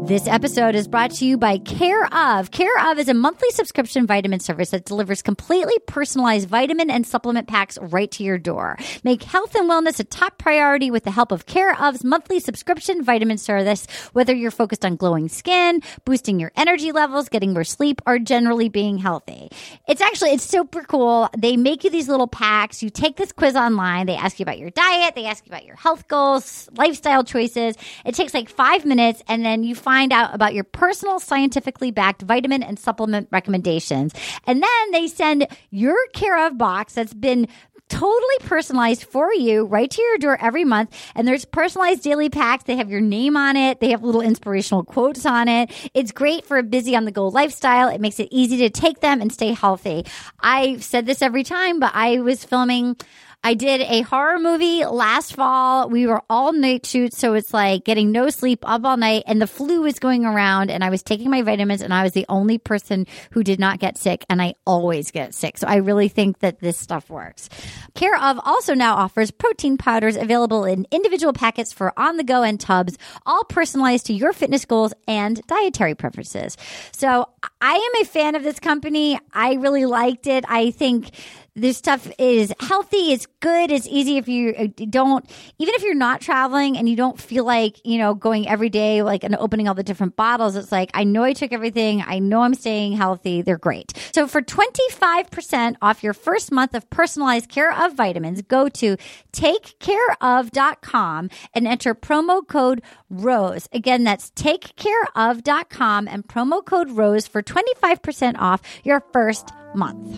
This episode is brought to you by Care of. Care of is a monthly subscription vitamin service that delivers completely personalized vitamin and supplement packs right to your door. Make health and wellness a top priority with the help of Care of's monthly subscription vitamin service. Whether you're focused on glowing skin, boosting your energy levels, getting more sleep, or generally being healthy. It's actually it's super cool. They make you these little packs. You take this quiz online. They ask you about your diet, they ask you about your health goals, lifestyle choices. It takes like 5 minutes and then you find out about your personal scientifically backed vitamin and supplement recommendations. And then they send your care of box that's been totally personalized for you right to your door every month and there's personalized daily packs they have your name on it they have little inspirational quotes on it it's great for a busy on the go lifestyle it makes it easy to take them and stay healthy i've said this every time but i was filming I did a horror movie last fall. We were all night shoots, so it's like getting no sleep up all night, and the flu was going around. And I was taking my vitamins, and I was the only person who did not get sick. And I always get sick, so I really think that this stuff works. Care of also now offers protein powders available in individual packets for on the go and tubs, all personalized to your fitness goals and dietary preferences. So I am a fan of this company. I really liked it. I think this stuff is healthy it's good it's easy if you uh, don't even if you're not traveling and you don't feel like you know going every day like and opening all the different bottles it's like i know i took everything i know i'm staying healthy they're great so for 25% off your first month of personalized care of vitamins go to takecareof.com and enter promo code rose again that's takecareof.com and promo code rose for 25% off your first month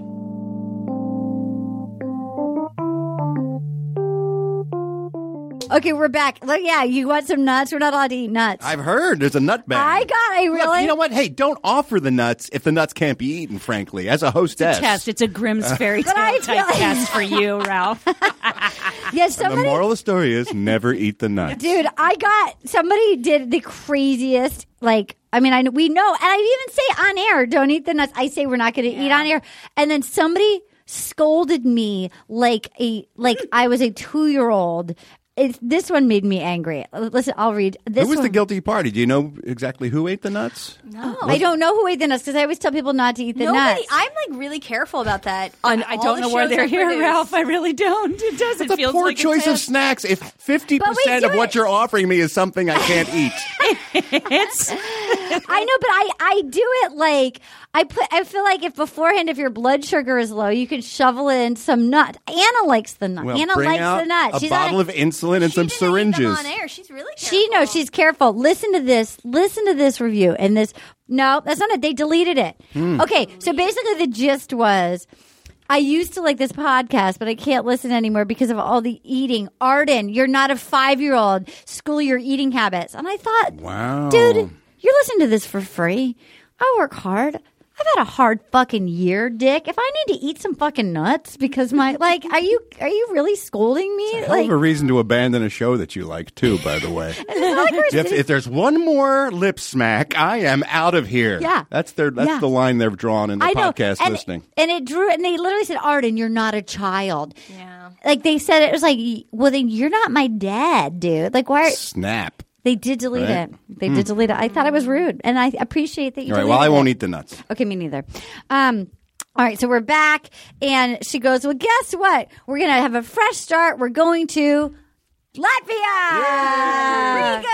Okay, we're back. Look, yeah, you want some nuts? We're not allowed to eat nuts. I've heard there's a nut bag. I got. I Look, really. you know what? Hey, don't offer the nuts if the nuts can't be eaten. Frankly, as a hostess, Test. It's a Grimm's fairy I tale feel type like- test for you, Ralph. Yes, The somebody moral of the story is never eat the nuts. Dude, I got somebody did the craziest. Like, I mean, I kn- we know, and I even say on air, don't eat the nuts. I say we're not going to eat on air, and then somebody scolded me like a like I was a two year old. It's this one made me angry. L- Listen, I'll read this. Who was one. the guilty party? Do you know exactly who ate the nuts? No. I don't know who ate the nuts because I always tell people not to eat the Nobody, nuts. I'm like really careful about that. On I all don't the know where shows I they're here, produce. Ralph. I really don't. It It's does. it a feels poor like a choice of test. snacks. If fifty percent do of what it. you're offering me is something I can't eat, It's I know, but I I do it like I put. I feel like if beforehand, if your blood sugar is low, you can shovel in some nut. Anna likes the nut. well, Anna bring likes out the nut. a She's bottle on of insulin and She some didn't eat them syringes. on air. She's really careful. She knows she's careful. Listen to this. Listen to this review and this. No, that's not it. They deleted it. Hmm. Okay, so basically the gist was. I used to like this podcast, but I can't listen anymore because of all the eating. Arden, you're not a five year old. School your eating habits. And I thought, Wow. dude, you're listening to this for free. I work hard. I've had a hard fucking year, Dick. If I need to eat some fucking nuts because my like, are you are you really scolding me? Hell like, of a reason to abandon a show that you like too, by the way. if, if there's one more lip smack, I am out of here. Yeah. that's their that's Yeah. the line they've drawn in the I know. podcast and, listening. And it drew, and they literally said, Arden, you're not a child. Yeah. Like they said, it was like, well, then you're not my dad, dude. Like, why? Are, Snap. they did delete Right. Hmm. it. They did delete it. I thought I was rude, and I appreciate that you. All right. deleted Well, I it. won't eat the nuts. Okay, me neither. Um, all right, so we're back, and she goes, "Well, guess what? We're gonna have a fresh start. We're going to Latvia. Riga.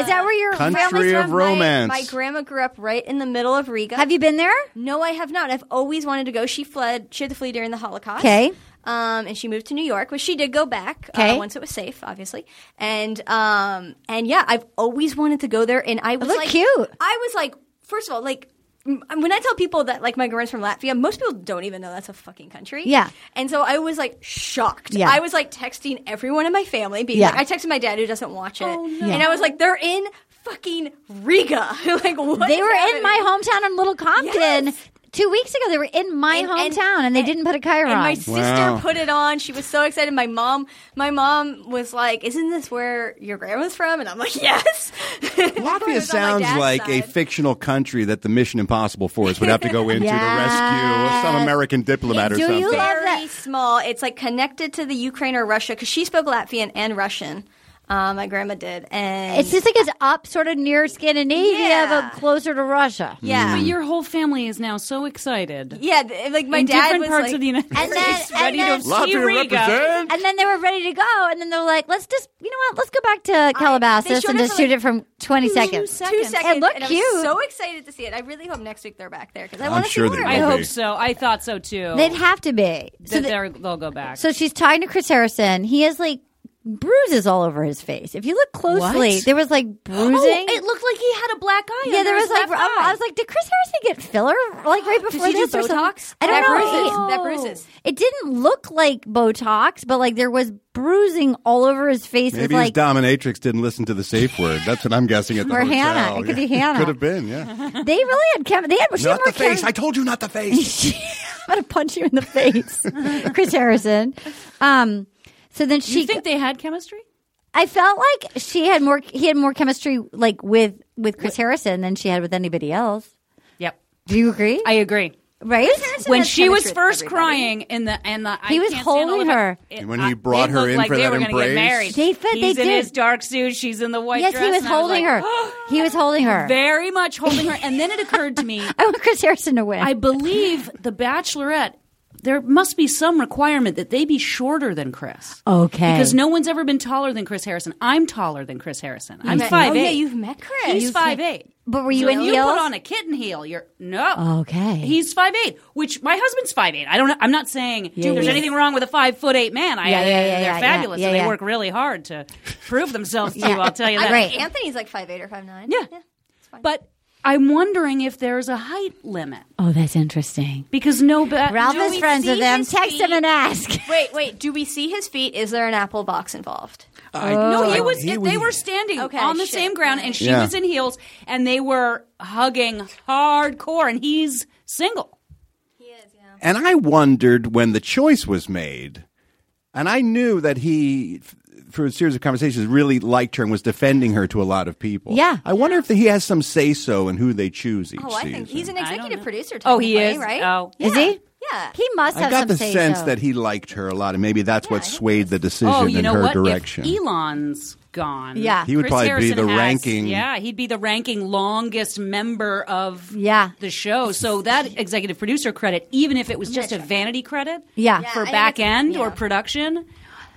Is that where your family's Country from? of romance. My grandma grew up right in the middle of Riga. Have you been there? No, I have not. I've always wanted to go. She fled. She had to flee during the Holocaust. Okay. Um, and she moved to New York, which she did go back uh, Okay. once it was safe, obviously. And um, and yeah, I've always wanted to go there. And I was looked like, cute. I was like, first of all, like. m- When I tell people that like my grandma's from Latvia, most people don't even know that's a fucking country. Yeah. and so I was like shocked. Yeah. I was like texting everyone in my family. Being Yeah. Oh, like, I texted my dad who doesn't watch it, and I was like, they're in fucking Riga. like what They is were in happening? my hometown in Little Compton two weeks ago. They were in my And- and- hometown, and, they didn't put a Chiron. And my on. sister Wow. put it on. She was so excited. My mom, my mom was like, "Isn't this where your grandma's from?" And I'm like, "Yes." It Latvia was on my sounds dad's like a side. fictional country that the Mission Impossible force would have to go into to Yes. rescue some American diplomat or Do something. you love very that. small. It's like connected to the Ukraine or Russia because she spoke Latvian and Russian. Um, my grandma did, and It's just like it's up sort of near Scandinavia, Yeah. but closer to Russia. yeah, Hmm. But your whole family is now so excited. yeah. th- Like my in dad different was parts like, of the United And then- States, and ready then- to see Riga. And then they were ready to go, and then they're like, "Let's just, you know what? Let's go back to Calabasas showed and it just for, shoot like, it from twenty seconds." Two seconds. It looked and I cute. was so excited to see it. I really hope next week they're back there because I I'm want to sure see they will more. of I it. Okay. hope so. I thought so too. Oh. They'd have to be. So, that the- they're they'll go back. so she's talking to Chris Harrison. He has like bruises all over his face. If you look closely, What? there was like bruising. Oh, it looked like he had a black eye. yeah, under there his was like left I, I eye. was like, did Chris Harrison get filler like right Did before he do this or something? Botox? I don't That know. bruises. That bruises. It didn't look like Botox, but like there was bruising all over his face. Maybe with, his like dominatrix didn't listen to the safe word. That's what I'm guessing at the Or hotel. Hannah. It could be Hannah. Could have been, yeah. they really had chem- they had she had Not more the face. chem- I told you not the face. I'm gonna punch you in the face, Chris Harrison. Um, so then Do she, you think they had chemistry? I felt like she had more. He had more chemistry, like with with Chris Harrison, than she had with anybody else. Yep, Do you agree? I agree. right? When she was chemistry with first everybody. crying in the and the He I was can't stand all holding of it. her. It- And when I- he brought they her looked in like for they that were gonna embrace. get married. They fit- He's they in did. his dark suit. She's in the white yes, dress. he was and I holding like, her. he was holding her. very much holding her. And then it occurred to me, I want Chris Harrison to win. I believe the Bachelorette. There must be some requirement that they be shorter than Chris. Oh, Okay. Because no one's ever been taller than Chris Harrison. I'm taller than Chris Harrison. I'm Okay. five Oh, yeah, eight. you've met Chris. He's You've- five eight. But were you so in if you heels? put on a kitten heel. You're no. Okay. He's five eight, which my husband's five eight. I don't. I'm not saying there's yeah. anything wrong with a five foot eight man. I, Yeah, yeah, yeah, they're yeah, fabulous. yeah, and yeah. They work really hard to prove themselves to Yeah. you. I'll tell you that. Right. Anthony's like five eight or five nine. Yeah. But I'm wondering if there's a height limit oh, that's interesting. because no. Ba- Ralph Do is we friends see with them. his Text him feet? and ask. Wait, wait. Do we see his feet? Is there an apple box involved? No, he was. He they was- were standing Okay, on the shit. same ground, and she Yeah. was in heels, and they were hugging hardcore, and he's single. He is. Yeah. And I wondered when the choice was made. And I knew that he, f- through a series of conversations, really liked her and was defending her to a lot of people. Yeah. I wonder if he has some say so in who they choose each Oh, I season. think he's an don't executive know. producer. Oh, he technically, is? right. Oh. Is he? Yeah. He must I have got some the say sense so. that he liked her a lot, and maybe that's what swayed the decision Oh, you in know her what? direction. If Elon's gone, Yeah. He would Chris probably be Harrison the has- ranking- Yeah, he'd be the ranking longest member of Yeah. the show. So that executive producer credit, even if it was just a vanity credit, Yeah. Yeah, for I think back it's- end or yeah. production,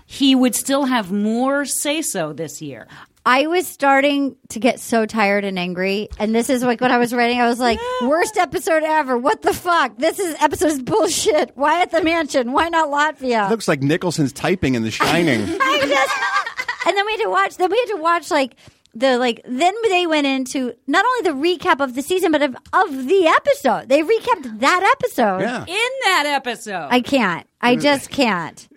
he would still have more say so this year. I was starting to get so tired and angry, and this is like what I was writing. I was like, "Worst episode ever! What the fuck? This is episode is bullshit. Why at the mansion? Why not Latvia?" Looks like Nicholson's typing in The Shining. I just, and then we had to watch. Then we had to watch like the like. Then they went into not only the recap of the season, but of, of the episode. They recapped that episode. yeah. In that episode, I can't. I just can't.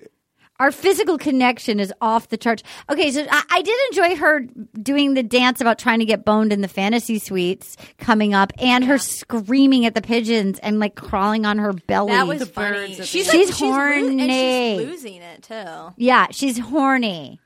Our physical connection is off the charts. Okay, so I, I did enjoy her doing the dance about trying to get boned in the fantasy suites coming up, and her screaming at the pigeons and like crawling on her belly. That was The birds funny. at She's, the like, end. She's lo- and horny. she's losing it too. yeah, she's horny.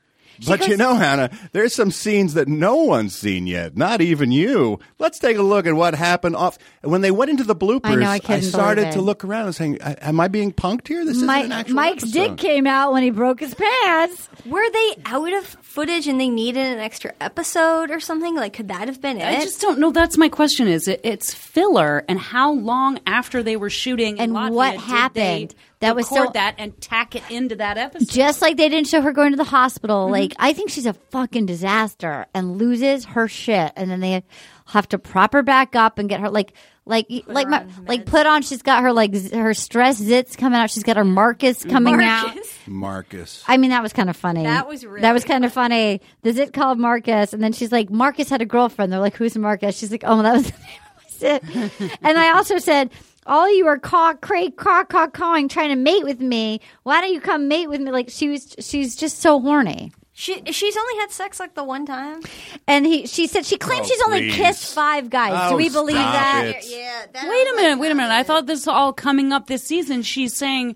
But you know, Hannah, there's some scenes that no one's seen yet, not even you. Let's take a look at what happened off when they went into the bloopers. I know, I couldn't started believe to it. look around and saying, "I- "Am I being punked here? This Mi- isn't an actual Mike's dick episode." came out when he broke his pants. Were they out of footage and they needed an extra episode or something? Like, could that have been it? I just don't know. That's my question: is it, it's filler, and how long after they were shooting in And Latvia what did happened? They That was so- record that and tack it into that episode. Just Mm-hmm. like they didn't show her going to the hospital. Like, I think she's a fucking disaster and loses her shit. And then they have to prop her back up and get her, like, like, like, my, like, put on. She's got her, like, z- her stress zits coming out. She's got her Marcus coming out. Marcus. I mean, that was kind of funny. That was really That was kind of funny. The zit called Marcus, and then she's like, Marcus had a girlfriend. They're like, who's Marcus? She's like, oh, that was, that was it. and I also said, all you are caw, cray, caw, caw, cawing, trying to mate with me. Why don't you come mate with me? Like she was, she's just so horny. She, she's only had sex like the one time. And he, she said, she claims Oh, she's only please. kissed five guys. Do Oh, we believe stop that? it. Yeah. That Wait a minute, wait a minute. I thought this was all coming up this season. She's saying,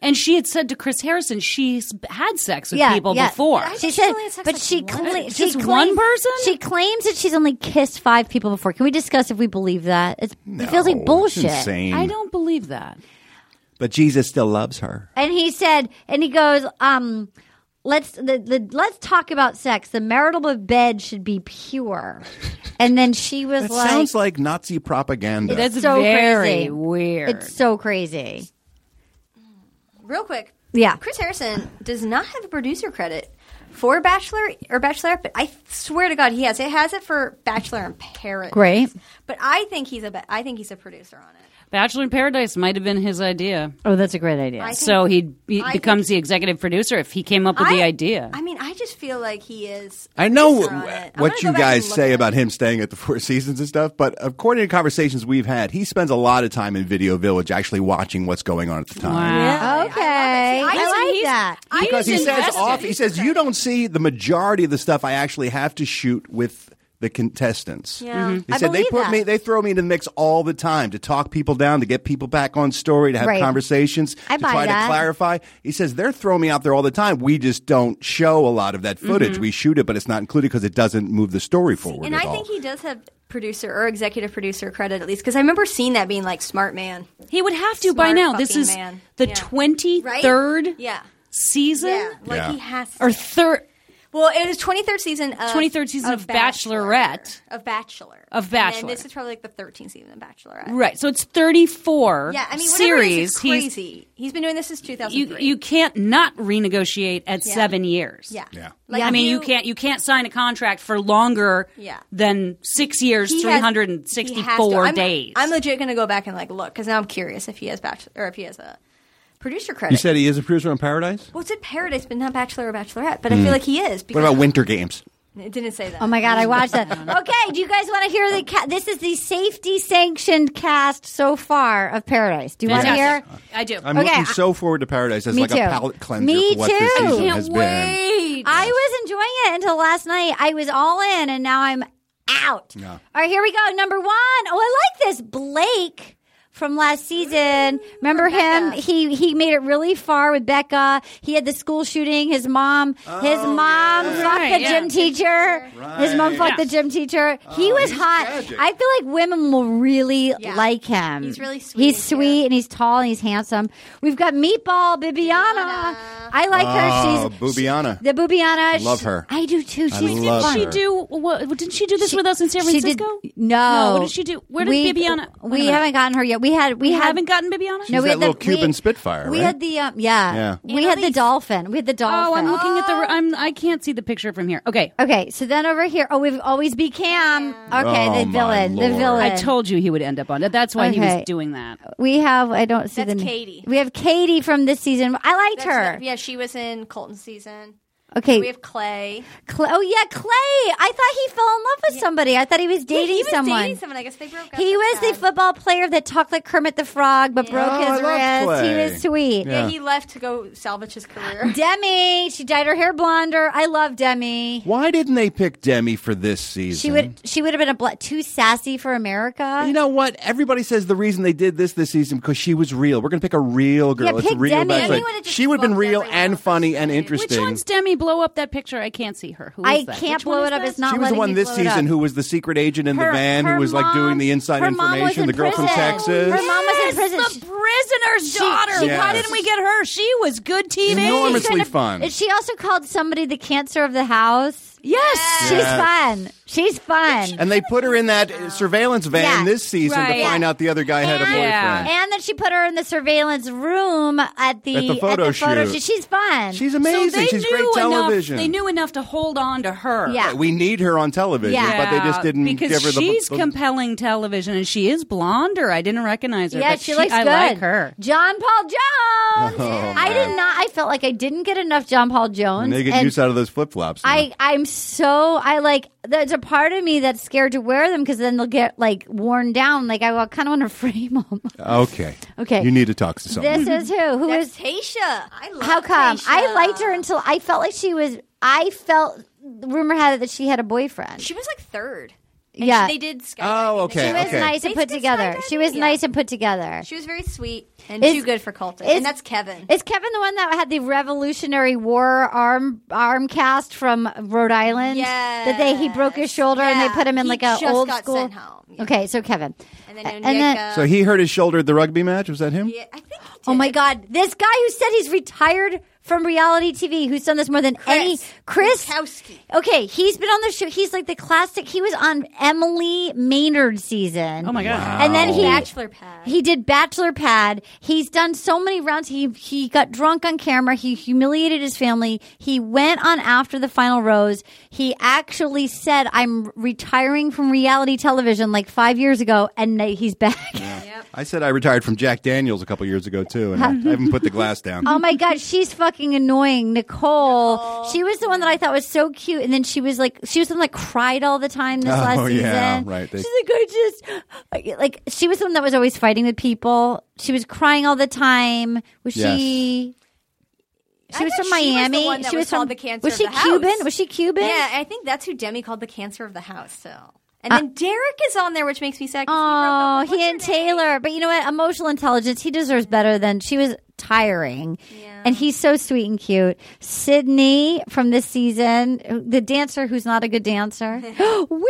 and she had said to Chris Harrison, she's had sex with people before. She think she said, only had sex but with she, one. cla- Just she one claims, person? She claims that she's only kissed five people before. Can we discuss if we believe that? It's, it feels like bullshit. It's insane. I don't believe that. But Jesus still loves her. And he said, and he goes, um, let's the, the let's talk about sex. The marital bed should be pure. And then she was That like, sounds like Nazi propaganda. That's so very crazy. weird. It's so crazy. Real quick. Yeah. Chris Harrison does not have a producer credit for Bachelor or Bachelorette, but I swear to God, he has. It has it for Bachelor in Paradise. Great. But I think he's a. ba- I think he's a producer on it. Bachelor in Paradise might have been his idea. Oh, that's a great idea. I think- So he, he I becomes the executive producer if he came up with the I- idea. I mean, I just feel like he is. a I know producer on it. I'm what gonna you go back guys and look say at about it. him staying at the Four Seasons and stuff, but according to conversations we've had, he spends a lot of time in Video Village actually watching what's going on at the time. okay. I, I love it. See, I like he's- that. because he was says invested. off he says you don't see the majority of the stuff i actually have to shoot with the contestants Yeah. Mhm. he I said they believe put that. me they throw me in the mix all the time to talk people down to get people back on story to have Right. conversations I to buy try that. to clarify he says they're throwing me out there all the time we just don't show a lot of that footage we shoot it but it's not included because it doesn't move the story forward Mm-hmm. And at I all. think he does have producer or executive producer credit at least because I remember seeing that being like smart man. he would have to by Smart now. This fucking is man. the Yeah. Right? 23rd Yeah. season? Yeah. Like Yeah. he has to. Or third. Well, it was 23rd season of 23rd season of Bachelorette. Of Bachelor. Of And Bachelor. then this is probably like the 13th season of Bachelorette. Right. So it's 34 Yeah, I mean, whatever it is, series. it's He's- crazy. He's been doing this since you 2003. you can't not renegotiate at seven years. yeah. Yeah. Like, I mean, you, can't you can't sign a contract for longer Yeah. than six years, he has- three hundred and he has to- sixty-four I'm- days. I'm legit going to go back and like look because now I'm curious if he has Bachelor or if he has a producer credit. you said he is a producer on paradise well, it's at Paradise, but not Bachelor or Bachelorette. But I feel like he is. Hmm. what Because about winter games It didn't say that. Um, Oh my god, I watched that. Okay, do you guys want to hear the ca- this is the safety sanctioned cast so far of Paradise. Do you want to hear? Fantastic. I do. i'm Okay, looking I- so forward to paradise as Me like too. a palate cleanser Me for what this too. season Can't has been wait. I was enjoying it until last night. I was all in, and now I'm out. All right, here we go. Number one. Oh, I like this. Blake from last season. Remember him? He he made it really far with Becca. He had the school shooting. His mom, his mom fucked Right, the yeah. gym teacher. His mom Right. fucked Yeah. the gym teacher. he was he's hot. tragic. I feel like women will really like him. He's really sweet He's and sweet and he's tall and he's handsome. We've got Meatball Bibiana. I like Oh, her. She's Boobiana. The Boobiana. Love She- her. I do too. She's Wait, love fun. Did she her. do? What, didn't she do this with us in San She did- Francisco? no. What did she do? Where did we, Bibiana? wait a We minute. haven't gotten her yet. We had. We, We had, haven't gotten Bibiana. No, She's we had that little the, Cuban we, Spitfire, We right? had the um, yeah. Yeah. We had the dolphin. We had the dolphin. Oh, I'm looking at the. I'm. I can't see the picture from here. Okay. Okay, so then over here, oh, we've always be Cam. Okay, Oh, the my villain, the Lord. villain. I told you he would end up on it. That's why he Okay. was doing that. we have. I don't see That's the Katie. We have Katie from this season. I liked That's her. the- yeah, she was in Colton season. Okay, We have Clay. Cla- oh yeah, Clay. I thought he fell in love with somebody. I thought he was dating he was someone. dating someone. I guess they broke up. He was That's the sad. football player that talked like Kermit the Frog, but broke Oh, his I love wrist. Clay. He was sweet. Yeah, he left to go salvage his career. Demi, she dyed her hair blonder. I love Demi. Why didn't they pick Demi for this season? She would she would have been a bl- too sassy for America. You know what? Everybody says the reason they did this this season because she was real. We're going to pick a real girl. Yeah, it's a pick real. Demi. that's Demi right. would've just She would have been fucked real everyone and up. funny and Which interesting. Which one's Demi? Blow up that picture. I can't see her. Who is I that? can't Which one blow is it up. that? It's not she was the letting one you this blow it season up. who was the secret agent in the Her- van her who was like doing the mom- inside her mom was information. in The girl from prison. Texas. Her mom was in Yes, prison. The prisoner's daughter. she- Why Yes. didn't we get her? She was good TV. Enormous- She's Enormously fun. and She also called somebody the cancer of the house. Yes. She's Yes. fun. She's fun. and they put her in that uh, surveillance van Yeah. this season to Right. find out the other guy had a And- boyfriend. Yeah. and then she put her in the surveillance room at the At the photo shoot. She's fun. She's So amazing. they She's knew great enough, television. They knew enough to hold on to her. Yeah. We need her on television, Yeah. but they just didn't because give her the. she's the- compelling television, and she is blonder. I didn't recognize her. yeah, but she, looks I good. like her. John Paul Jones. Oh, I man. did not. I felt like I didn't get enough John Paul Jones. And they get and use out of those flip flops. I I'm so I like there's a part of me that's scared to wear them because then they'll get like worn down. Like I kind of want to frame them. okay. Okay. You need to talk to someone. this is who who That's is Tasha. I love how come Tayshia. I liked her until I felt like she was I felt rumor had it that she had a boyfriend. She was like third. And yeah, she- they did skydiving. Oh, They- okay, she was okay. Uh, nice and They put did together. skydiving? She was Yeah. nice and put together. She was very sweet and Is- too good for Colton. is- and that's Kevin. Is Kevin the one that had the Revolutionary War arm arm cast from Rhode Island? That they he broke his Yes. shoulder and Yeah. they put him in He like a just old got school. sent home. Yeah. Okay, so Kevin. And A- then and then- Onyeka. so he hurt his shoulder at the rugby match. Was that him? yeah, I think he Oh my did. God! This guy who said he's retired from reality TV, who's done this more than any Chris Witkowski. Okay, he's been on the show. He's like the classic. He was on Emily Maynard season. Oh my god. And then he Bachelor Pad. He did Bachelor Pad. He's done so many rounds. He he got drunk on camera. He humiliated his family. He went on after the final rose. He actually said, "I'm retiring from reality television," like five years ago, and now he's back. I said I retired from Jack Daniels a couple years ago too, and I haven't put the glass down. Oh my god, she's fucking annoying, Nicole. She was the one that I thought was so cute, and then she was like, she was the one that cried all the time this Oh, last season. yeah, right. They- She's like, I just like she was the one that was always fighting with people. She was crying all the time. Was she? She was I thought from she was the Miami. one that was from called the cancer Was of she the house. Cuban? Was she Cuban? Yeah, I think that's who Demi called the cancer of the house. So, and then Derek is on there, which makes me sad. 'cause Oh, he broke up Uh, with- he and what's her name? Taylor. But you know what? Emotional intelligence, he deserves better than she was tiring. And he's so sweet and cute. Sydney from this season, the dancer who's not a good dancer. Wills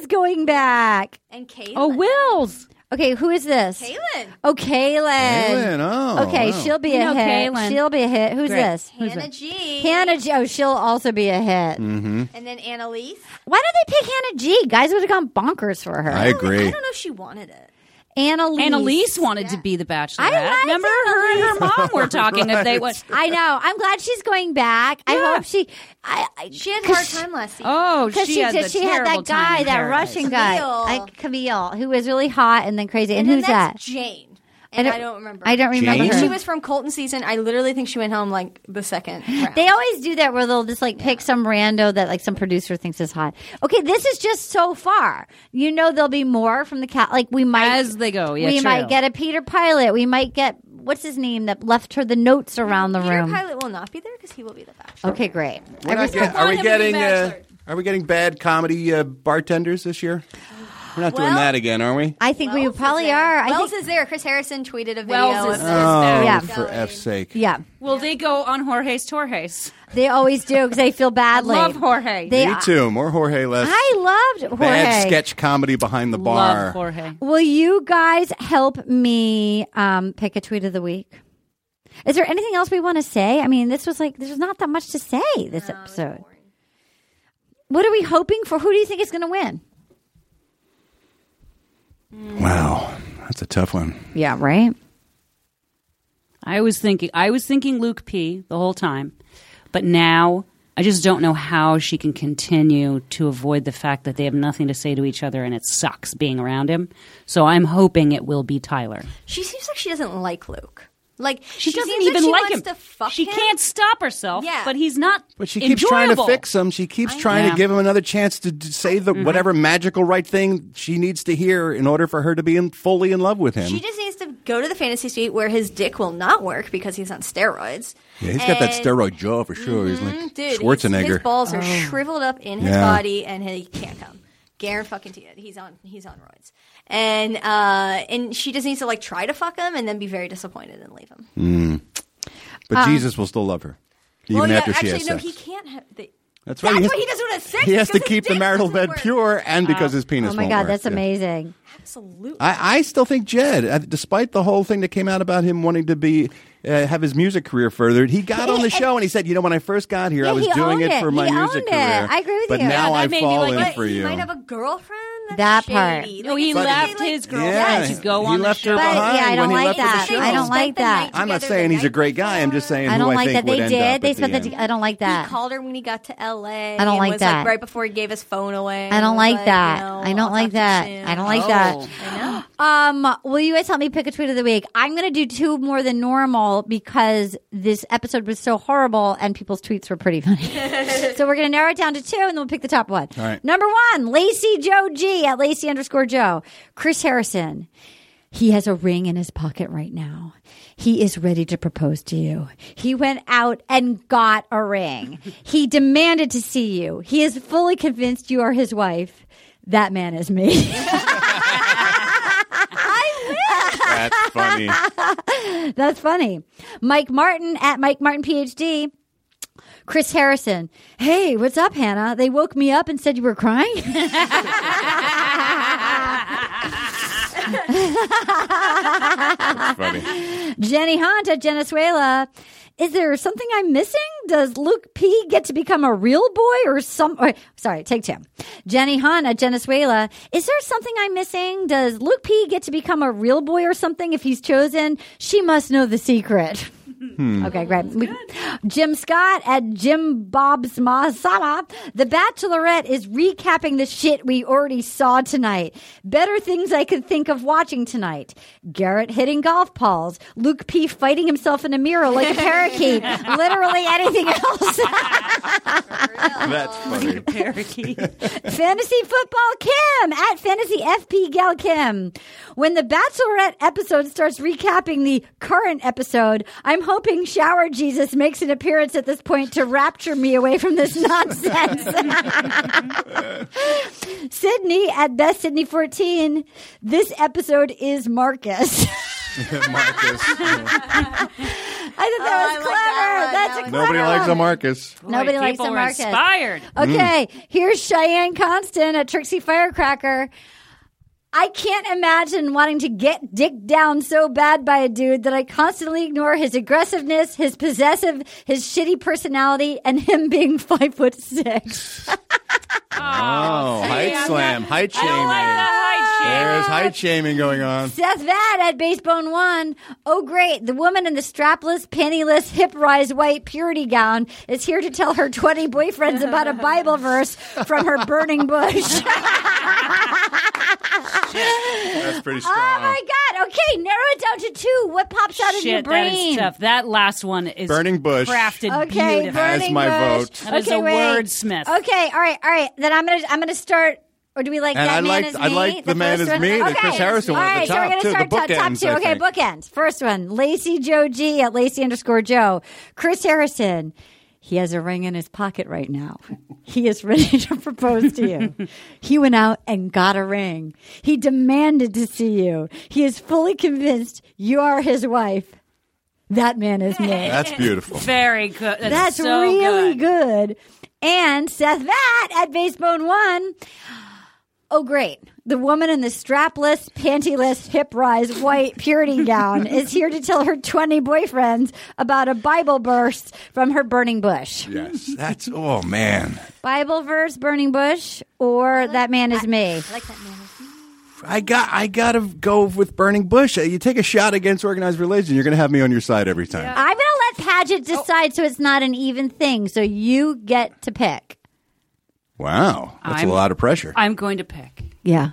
is going back. and Caitlin. Oh, Wills. Okay, who is this? Caitlin. Oh, Kaylin. Kaylin, oh, okay, wow. she'll be You a know hit. Kaylin. She'll be a hit. Who's Great. this? Who's Hannah this? G. Hannah G. Oh, she'll also be a hit. Mm. And then Annalise. Why did they pick Hannah G? Guys would have gone bonkers for her. I I agree. don't know if she wanted it. Annalise. Annalise wanted to be the bachelorette. I liked Remember her and her mom were talking if they would. I know. I'm glad she's going back. I Yeah. hope she. I, I She had a 'cause hard she- time last season. Oh, Because she, she, had, did, the she had terrible that time guy, in that Paradise. Russian guy, Camille. like Camille, who was really hot and then crazy. And, and then who's that's that? Jane. And I don't, remember. I don't remember. Jane? her. She was from Colton season. I literally think she went home like the second. Round. They always do that where they'll just like pick some rando that like some producer thinks is hot. Okay, this is just so far. You know, there'll be more from the cat. Like we might As they go, yeah, we true. might get a Peter Pilot. We might get what's his name that left her the notes around the Peter room. Pilot will not be there because he will be the bachelor. Okay, great. We're not get- on are we to be getting? Uh, Bachelor. are we getting bad comedy uh, bartenders this year? We're not doing Well- that again, are we? I think we Wells is probably there. are. I Wells think, is there. Chris Harrison tweeted a video. Wells is of- there. Oh, Yeah. for F's sake. yeah, Will they go on Jorge's Torres? they always do because they feel badly. Love Jorge. They, Me too. More Jorge, less I loved Jorge. bad sketch comedy behind the bar. Love Jorge. Will you guys help me um, pick a tweet of the week? Is there anything else we want to say? I mean, this was like there's not that much to say this episode. What are we hoping for? Who do you think is going to win? Wow, that's a tough one. Yeah, right. I was thinking I was thinking Luke P the whole time. But now I just don't know how she can continue to avoid the fact that they have nothing to say to each other and it sucks being around him. So I'm hoping it will be Tyler. She seems like she doesn't like Luke. Like She, doesn't seems even she like wants him. To fuck she him. can't stop herself, Yeah. but he's not But she keeps trying to enjoyable. fix him. She keeps trying Yeah. to give him another chance to d- say Mm-hmm. the whatever magical right thing she needs to hear in order for her to be in, fully in love with him. She just needs to go to the fantasy suite where his dick will not work because he's on steroids. yeah, he's got that And- Mm-hmm, steroid jaw for sure. he's like Dude, his- His Schwarzenegger. balls are Oh. shriveled up in his Yeah. body, and he can't come. Guarantee fucking to He's on. He's on roids, and uh, and she just needs to like try to fuck him, and then be very disappointed and leave him. but Jesus will still love her, even Um, yeah, after she actually, has no, sex. he can't. Have, the, That's right. that's He has- why he doesn't want to sex. he has to because his keep the dick marital doesn't bed work. pure, and because his penis. Oh my won't god, work. that's Yeah. amazing. Absolutely. I, I still think Jed, uh, despite the whole thing that came out about him wanting to be uh, have his music career furthered, he got on the show and he said, "You know, when I first got here, Yeah, I was he doing owned it it. for my He music owned it. career." I agree with but you. But now Yeah, I that made me fall like, in what, for he you. might have a girlfriend. That That's part. shady. No, Oh, he it's really, left like, his yeah, girlfriend to go he on left the show. her But behind yeah, I when don't he like left that. for the show. I don't like Spent the that. night I'm not together saying the he's a night great guy. I'm just before. saying I who don't I like think that would they end did. up They at spent the the. end. I don't like He that. called her when he got to LA. I don't and like was that. Like right before he gave his phone away. I don't was like that. you know, I I'll don't like talk that. to you soon. I don't like Oh. that. I know. Um, will you guys help me pick a tweet of the week? I'm going to do two more than normal because this episode was so horrible and people's tweets were pretty funny. so we're going to narrow it down to two and then we'll pick the top one. All right. Number one, Lacey Joe G at Lacey underscore Joe. Chris Harrison. He has a ring in his pocket right now. He is ready to propose to you. He went out and got a ring. he demanded to see you. He is fully convinced you are his wife. That man is me. That's funny. That's funny. Mike Martin at Mike Martin PhD. Chris Harrison. Hey, what's up, Hannah? They woke me up and said you were crying. funny. Jenny Hunt at Venezuela. Is there something I'm missing? Does Luke P get to become a real boy or some? Or, sorry, take two. Jenny Hunt at Venezuela. Is there something I'm missing? Does Luke P get to become a real boy or something if he's chosen? She must know the secret. Okay, great. We- Jim Scott at Jim Bob's Masala. The Bachelorette is recapping the shit we already saw tonight. Better things I could think of watching tonight. Garrett hitting golf balls. Luke P fighting himself in a mirror like a parakeet. Literally anything else. That's funny. Fantasy Football Kim at Fantasy FP Gal Kim. When the Bachelorette episode starts recapping the current episode, I'm hoping Shower Jesus makes an appearance at this point to rapture me away from this nonsense. Sydney at Best Sydney 14. This episode is Marcus. Marcus. I thought that Oh, I like was clever. that one. That's That a was clever Nobody likes a one. Marcus. Nobody Boy, likes people the were Marcus. inspired. Okay, here's Cheyenne Constant at Trixie Firecracker. I can't imagine wanting to get dicked down so bad by a dude that I constantly ignore his aggressiveness, his possessive, his shitty personality, and him being five foot six. Oh, height slam, height shaming. Ah! There's height shaming going on. Seth Vad at Basebone One. Oh, great. The woman in the strapless, pantyless, hip rise white purity gown is here to tell her 20 boyfriends about a Bible verse from her burning bush. That's pretty strong. Oh my god! Okay, narrow it down to two. What pops out of your Shit, that brain? is tough. That last one is Burning bush. crafted Okay, beautifully. As burning my bush. vote. That is okay, a wait. wordsmith. Okay, all right, all right. Then I'm gonna I'm gonna start. Or do we like And that I man liked- is me? I liked The Man first Is one? Me, the Okay. Chris Harrison All one at the right, so top, we're gonna too, the start top, top bookends, two. I Okay, think. bookends. First one, Lacey Joe G at Lacey underscore Joe. Chris Harrison. He has a ring in his pocket right now. He is ready to propose to you. he went out and got a ring. He demanded to see you. He is fully convinced you are his wife. That man is me. That's beautiful. Very good. That's, That's so really good. good. And Seth Vat at Basebone One. Oh, great. The woman in the strapless, pantyless, hip rise white purity gown is here to tell her 20 boyfriends about a Bible verse from her burning bush. Yes, that's oh man. Bible verse, burning bush, or that man is me. I like that man. I got I gotta go with burning bush. Uh, You take a shot against organized religion, you're gonna have me on your side every time. I'm going to let Paget Oh. decide so it's not an even thing. So you get to pick. Wow, that's I'm- a lot of pressure. I'm going to pick Yeah.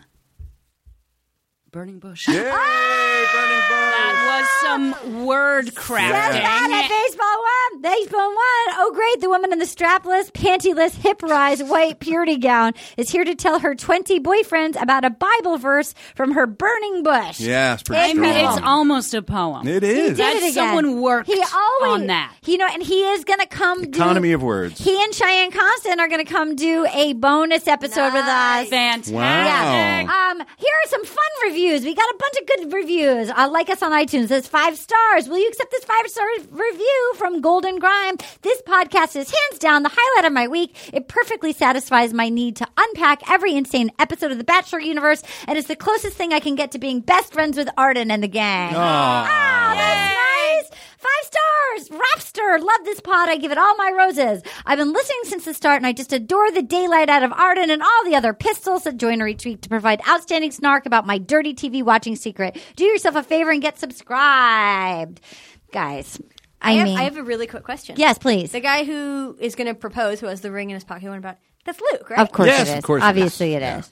Burning Bush. Yay, burning bush! That was some word crafting. Not at baseball one. Baseball one. Oh, great. The woman in the strapless, pantyless, hip rise, white purity gown is here to tell her 20 boyfriends about a Bible verse from her burning bush. Yeah, it's pretty I mean, strong. It's almost a poem. It He is. did it That again. someone worked he always, on that. You know, and he is going to come Economy do, of words. He and Cheyenne Constant are going to come do a bonus episode with us. Fantastic. Wow. Um, here are some fun reviews. We got a bunch of good reviews. Uh, like us on iTunes. There's five stars. Will you accept this five star review from Golden Grime? This podcast is hands down the highlight of my week. It perfectly satisfies my need to unpack every insane episode of the Bachelor universe, and it's the closest thing I can get to being best friends with Arden and the gang. Ah, that's nice. Five stars. Rapster. Love this pod. I give it all my roses. I've been listening since the start and I just adore the daylight out of Arden and all the other pistols that join a retreat to provide outstanding snark about my dirty TV watching secret. Do yourself a favor and get subscribed. Guys, I, I have, mean, I have a really quick question. yes, please. The guy who is going to propose, who has the ring in his pocket, he went about. That's Luke, right? Of course Yes, it is. of course it is. Obviously it is.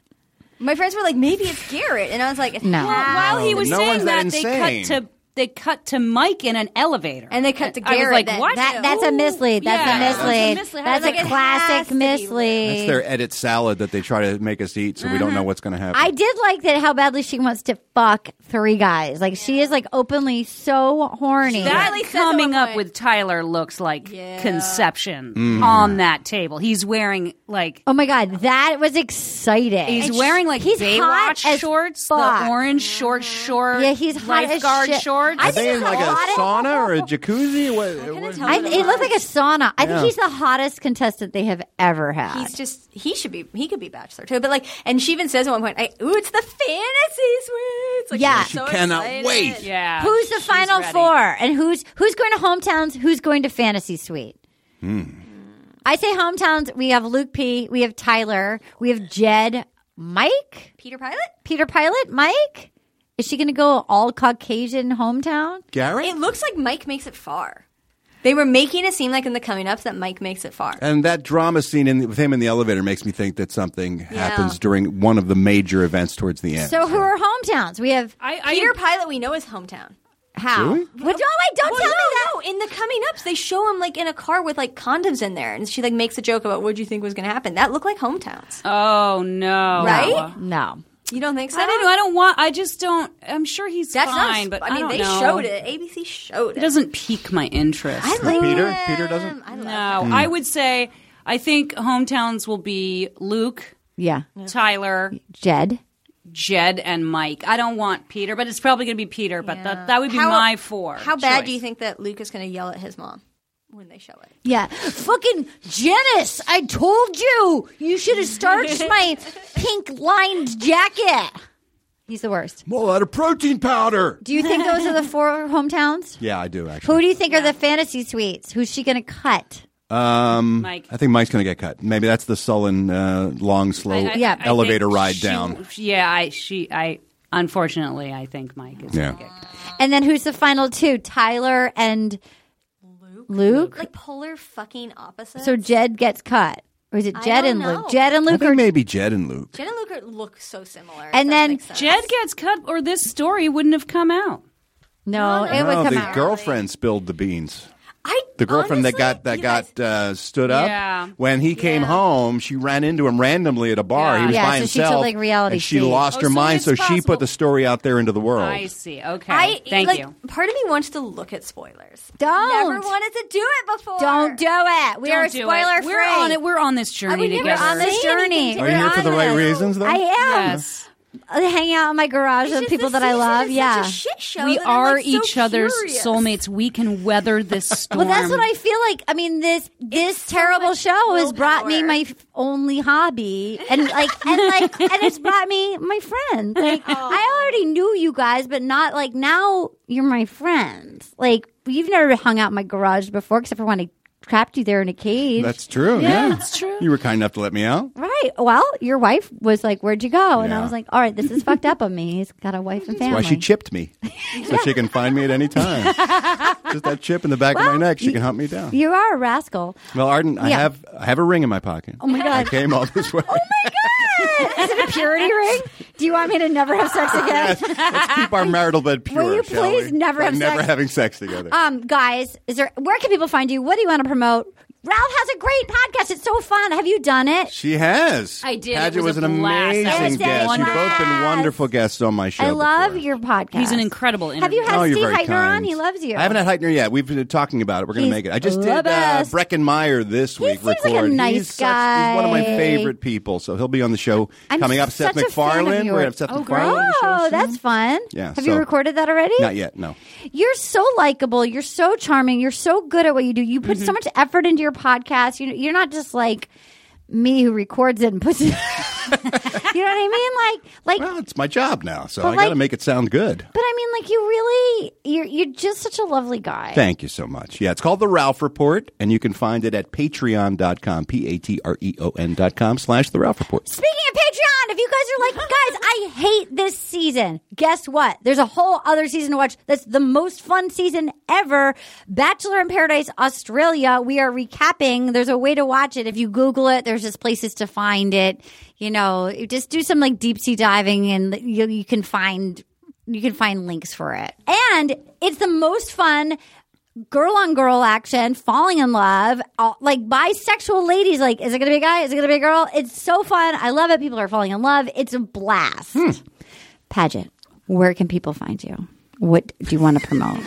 My friends were like, maybe it's Garrett, and I was like, No. Well, While he was No saying one's that they insane. cut to they cut to Mike in an elevator, And they cut to I was Garrett like, then. what? That, that's a mislead. That's Yeah. a mislead. That's a mislead. How That's did I a get- Has classic to be Luke. mislead. It's their edit salad that they try to make us eat, so we don't know what's going to happen. Mm-hmm. I did like that how badly she wants to fuck three guys. Like she is like openly so horny. That really says at coming one up point- with Tyler looks like Yeah. conception on that table. He's wearing like oh my god, that was exciting. he's And sh- wearing like he's hot Baywatch as shorts, fuck. the orange short short. Yeah, he's hot as lifeguard shit. shorts. I Are they think in it's like a a lot of- sauna or a jacuzzi? What, what- tell I, you it looked like a sauna. I Yeah. think he's the hottest contestant they have ever had. He's just he should be he could be bachelor too. But like, and she even says at one point, I, "Ooh, it's the fantasy suites." Like, Yeah. she's She so cannot excited. wait. yeah, who's the she's final uh, ready. four, and who's who's going to hometowns? Who's going to fantasy suite? I say hometowns. We have Luke P. We have Tyler. We have Jed. Mike. Peter Pilot. Peter Pilot, Mike? Is she going to go all Caucasian hometown? Garrett? It looks like Mike makes it far. They were making it seem like in the coming ups that Mike makes it far. And that drama scene in, with him in the elevator makes me think that something happens during one of the major events towards the end. So who are hometowns? We have I, I Peter Pilot, we know his hometown. how? Do we? What- no, wait, don't Well, tell no, me that. no. In the coming ups, they show him like in a car with like condoms in there, and she like makes a joke about what do you think was going to happen. That looked like hometowns, Oh no! right? No. You don't think so? I don't know. I don't want. I just don't. I'm sure he's That's fine, not. but I mean, don't they know. showed it. ABC showed It it. doesn't pique my interest. I like Peter? him. Peter doesn't? I no, love him. I would say I think hometowns will be Luke, Yeah. Tyler, Jed. Jed, and Mike. I don't want Peter, but it's probably going to be Peter. But that, that would be How- my four. How bad choice. do you think that Luke is going to yell at his mom when they show it? Yeah. Fucking Janice, I told you. You should have starched my pink lined jacket. He's the worst. I'm all out of protein powder. Do you think those are the four hometowns? Yeah, I do actually. Who do you think are the fantasy suites? Who's she going to cut? um, Mike? I think Mike's going to get cut. Maybe that's the sullen, uh, long, slow I- I- Yeah. I think elevator ride she- down. Yeah, I she I unfortunately I think Mike is. Yeah. And then who's the final two? Tyler and Luke. Luke? Like polar fucking opposite. So Jed gets cut, or is it I Jed don't and Luke? know. Jed and I Luke think are maybe Jed and Luke. Jen and Luke are, look so similar. It And doesn't then make sense. Jed gets cut, or this story wouldn't have come out. no, it No, Oh, would come the out. girlfriend spilled the beans. I The the girlfriend that Oh, Honestly, got that you got uh, stood up. Yeah. When he came Yeah. home, she ran into him randomly at a bar. Yeah. He was Yeah, by so she took, himself. like, reality and she check. lost Oh, her so mind, it's so she possible. put the story out there into the Oh. world. I see. Okay. I Thank like, you. Part of me wants to look at spoilers. Don't. Never wanted to do it before. Don't do it. We Don't are do it. spoiler free. Oh, We're on it. We're on this journey I would never together. on this Say anything journey. to Are you here for the right honest. reasons, though? I am. Yes. I hang out in my garage It's with just people this that I season love. is Yeah. such a shit show We that I'm, are like, so each other's curious. soulmates. We can weather this Well, storm. that's what I feel like. I mean, this this so terrible much show has brought me willpower. my f- only hobby, and like, and like, and it's brought me my friend. Like, I already knew you guys, but not like now you're my friends. Like, you've never hung out in my garage before, except for when I trapped you there in a cage. That's true. Yeah, that's true. You were kind enough to let me out. right. Well, your wife was like, "Where'd you go?" And I Yeah. was like, "All right, this is fucked up on me. He's got a wife and family." Why she chipped me, so she can find me at any time. Just that chip in the back of my neck, she can hunt me down. you are a rascal. well, Arden, I Yeah. have I have a ring in my pocket. Oh my God. I came all this way. Is it a purity ring? Do you want me to never have sex again? Let's keep our marital bed pure. you shall please we? never By have never sex? having sex together. um, guys, is there where can people find you? What do you want to promote? Ralph has a great podcast. It's so fun. Have you done it? She has. I did. It Padgett was was, a an blast. That was amazing guest. a You've both been blast. wonderful guests on my show. I love before. your podcast. He's an incredible interviewer. Have you had Oh, you're Steve very Heitner on? kind. He loves you. I haven't had Heitner yet. We've been talking about it. We're going to He's make it. I just the did uh, best. Breckenmeyer this week. seems like a record. nice he's such- he's one of my guy. favorite people. So he'll be on the show I'm coming up. such Seth a fan of MacFarlane. We're yours. going to have Seth Oh, MacFarlane on the show Oh, soon. that's fun. Yeah, Have you so- recorded that already? Not yet, no. You're so likable. You're so charming. You're so good at what you do. You put so much effort into your podcast. You you're not just like me who records it and puts it. you know what I mean? Like like Well, Oh, it's my job now, so But I got to like- make it sound good. But I mean, like you really, you're you're just such a lovely guy. Thank you so much. Yeah, it's called The Ralph Report, and you can find it at patreon.com, P A T R E O N dot com slash The Ralph Report. Speaking of Patreon, if you guys are like, guys, I hate this season. Guess what? There's a whole other season to watch. That's the most fun season ever. Bachelor in Paradise Australia. We are recapping. There's a way to watch it. If you Google it, there's just places to find it. You know, you just do some like deep sea diving, and you, you can find you can find links for it. And it's the most fun girl on girl action, falling in love, all, like bisexual ladies. Like, is it going to be a guy? Is it going to be a girl? It's so fun. I love it. People are falling in love. It's a blast. Pageant, where can people find you? What do you want to promote?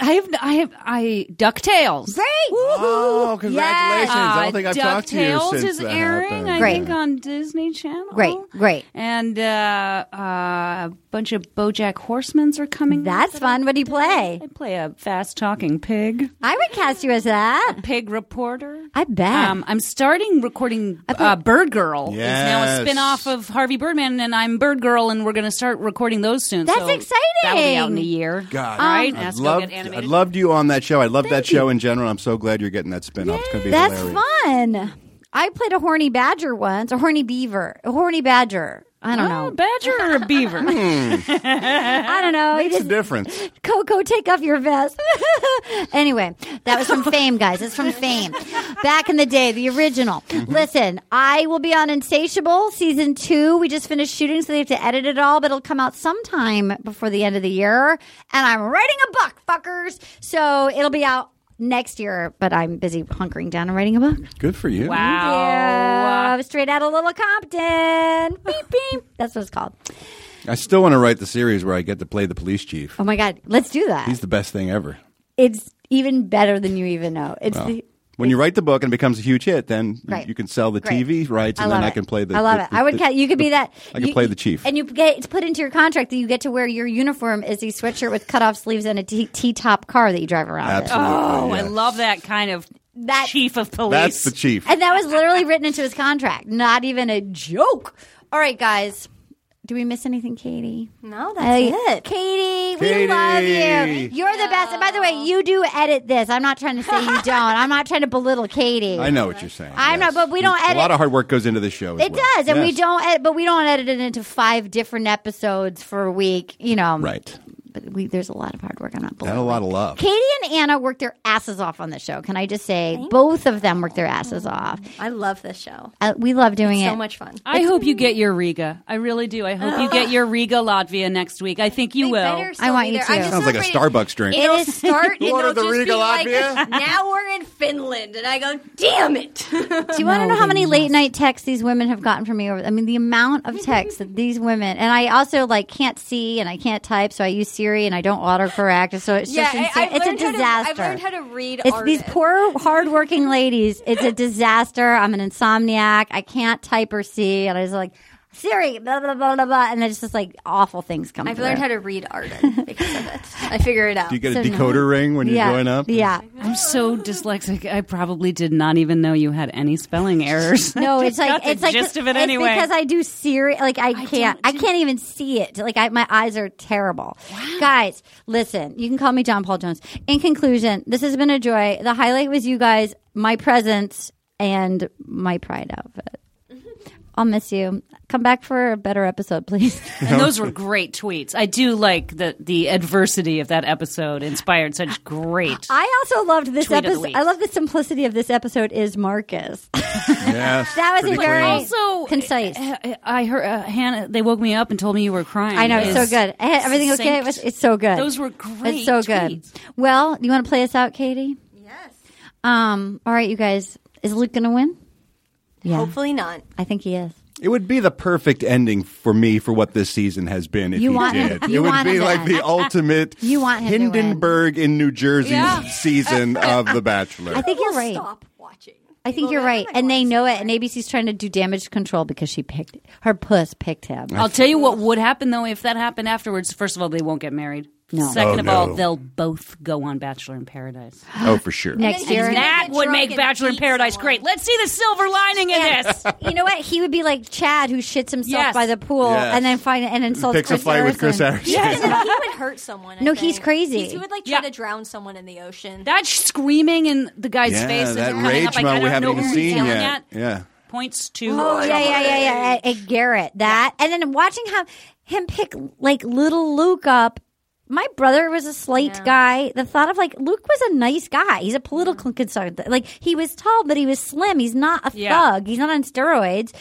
I have. I have. I Ducktales. Oh, congratulations. I don't think I've talked to you Uh, DuckTales since is that airing, happened. I Great. think, on Disney Channel. Great, great. And uh, uh, a bunch of BoJack Horsemans are coming. That's fun. What do you play? I play a fast talking pig, I would cast you as that. pig reporter. I bet. Um, I'm starting recording uh, Bird Girl. Yes. is now a spinoff of Harvey Birdman, and I'm Bird Girl, and we're going to start recording those soon. That's so That'll be exciting. out in a year. Um, God, All right? I Ask Go loved, Get I Animated. loved you on that show. I love that show in general. I'm so glad you're getting that spin off. It's going to be That's hilarious. fun. I played a horny badger once, a horny beaver, a horny badger. I don't Oh, know. badger or a Hmm. beaver? I don't know. You It's a just- difference. Coco, take off your vest. anyway, that was from Fame, guys. It's from Fame. Back in the day, the original. Listen, I will be on Insatiable season two. We just finished shooting, so they have to edit it all, but it'll come out sometime before the end of the year. And I'm writing a book, fuckers. So it'll be out next year, but I'm busy hunkering down and writing a book. Good for you. Wow. Yeah, straight out of Little Compton. Beep, beep. That's what it's called. I still want to write the series where I get to play the police chief. Oh my God. Let's do that. He's the best thing ever. it's even better than you even know. It's the. When you write the book and it becomes a huge hit, then you- Right. you can sell the Great. TV rights, I and love then I it. can play the. I love it. I would. ca- you could be that. I could you- play the chief. And you get it's put into your contract that you get to wear your uniform is a sweatshirt with cut off sleeves and a t top car that you drive around. in. Absolutely. Oh, I yes. love that kind of That- chief of police. That's the chief. And that was literally written into his contract. Not even a joke. All right, guys. Do we miss anything, Katie? No, that's Hey, it. Katie, we Katie. love you. You're the best. And by the way, you do edit this. I'm not trying to say you don't. I'm not trying to belittle Katie. I know what you're saying. I know, but we don't A lot edit- of hard work goes into this show. as It well. does, and we Yes. don't. Edit, but we don't edit it into five different episodes for a week. You know, Right. But we there's a lot of hard work. I'm not. And a Below. lot of love. Katie and Anna worked their asses off on the show. Can I just say, both of them worked their asses off. I love this show. Uh, we love doing it. So much fun. I hope you get your Riga. I really do. I hope you get your Riga Latvia next week. I think you They will. better I want you still be there. to. I'm just Sounds like a afraid Starbucks drink. It'll start. and You ordered it'll the just Riga be like, Latvia? now we're in Finland, and I go, damn it. Do you want to No, know how they many must. late night texts these women have gotten from me? Over, I mean, the amount of texts that these women and I also like can't see and I can't type, so I use Siri and I don't autocorrect. So it's just I- insane. I've it's a learned how to- disaster. I've learned how to read. it's these artists. poor, hardworking ladies. It's a disaster. I'm an insomniac. I can't type or see, and I was like Siri, blah blah blah blah blah, and it's just like awful things come. I've learned how to read Arden because of it. I figure it out. Do you get a so nice. decoder ring when you're yeah, growing up? Yeah, I'm so dyslexic. I probably did not even know you had any spelling errors. No, I it's just got like the it's like gist of it it's anyway. because I do Siri. Like I can't, I can't even see it. Like I, my eyes are terrible. Guys, listen. You can call me John Paul Jones. In conclusion, this has been a joy. The highlight was you guys, my presence, and my pride outfit. Mm-hmm. I'll miss you. Come back for a better episode, please. and those were great tweets. I do like the the adversity of that episode inspired such great. I also loved this Tweet of the episode. week. I love the simplicity of this episode. Is Marcus? Yes. That was a Pretty very clean. also concise. I, I heard uh, Hannah. They woke me up and told me you were crying. I know it's so It's- good. Eh, Everything okay? It was, succinct. it's so good. Those were great It's so good. tweets. Well, you want to play us out, Katie? yes. Um. All right, you guys. Is Luke going to win? Yeah, Hopefully not. I think he is. It would be the perfect ending for me for what this season has been if You you, want him- did. you it would want him be to like win. the ultimate You want him to win. Hindenburg in New Jersey season of The Bachelor. I think you're People right. Stop watching. I think People you're don't right, like "Oh and they watching. know it. And ABC's trying to do damage control because she picked her puss picked him. I'll tell you what would happen though if that happened afterwards. First of all, they won't get married. No. Second Oh, of all, no. they'll both go on Bachelor in Paradise. oh, for sure. Next then year, he's That get would drunk make and Bachelor in beat Paradise someone. great. Let's see the silver lining in this. you know what? He would be like Chad, who shits himself Yes. by the pool, Yes. and then find and insults. Picks a fight with Chris Harrison. he would hurt someone. I No, he's think. crazy. He's- he would like try Yeah. to drown someone in the ocean. That sh- screaming in the guy's Yeah, face. as that they're coming rage up, like, Oh I mode we don't haven't know even who he's seen yelling yet. at, Yeah. Points to. Oh yeah, yeah, yeah, yeah. At, at Garrett, that, and then watching him him pick like little Luke up. My brother was a slate guy. The thought of like Luke was a nice guy. He's a political consultant. Like he was tall, but he was slim. He's not a Yeah. thug. He's not on steroids.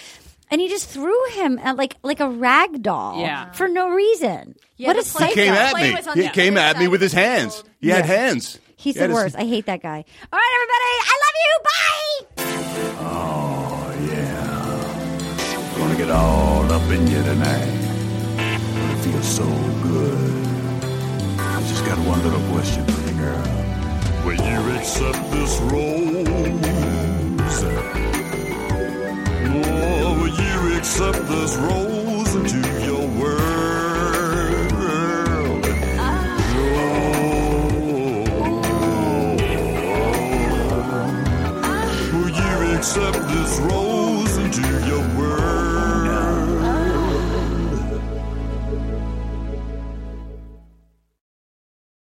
And he just threw him at like like a rag doll Yeah. for no reason. what a the psycho! play- He came at Clay me. was on He the came other at me side with of his the hands. field. He had hands. He's He had the his- worst. I hate that guy. All right, everybody, I love you. Bye. Gonna get all up in you tonight. It feels so good. I just got one little question for you, girl. Will you accept this rose? Oh, will you accept this rose into your world? Oh. Will you accept this rose into your world?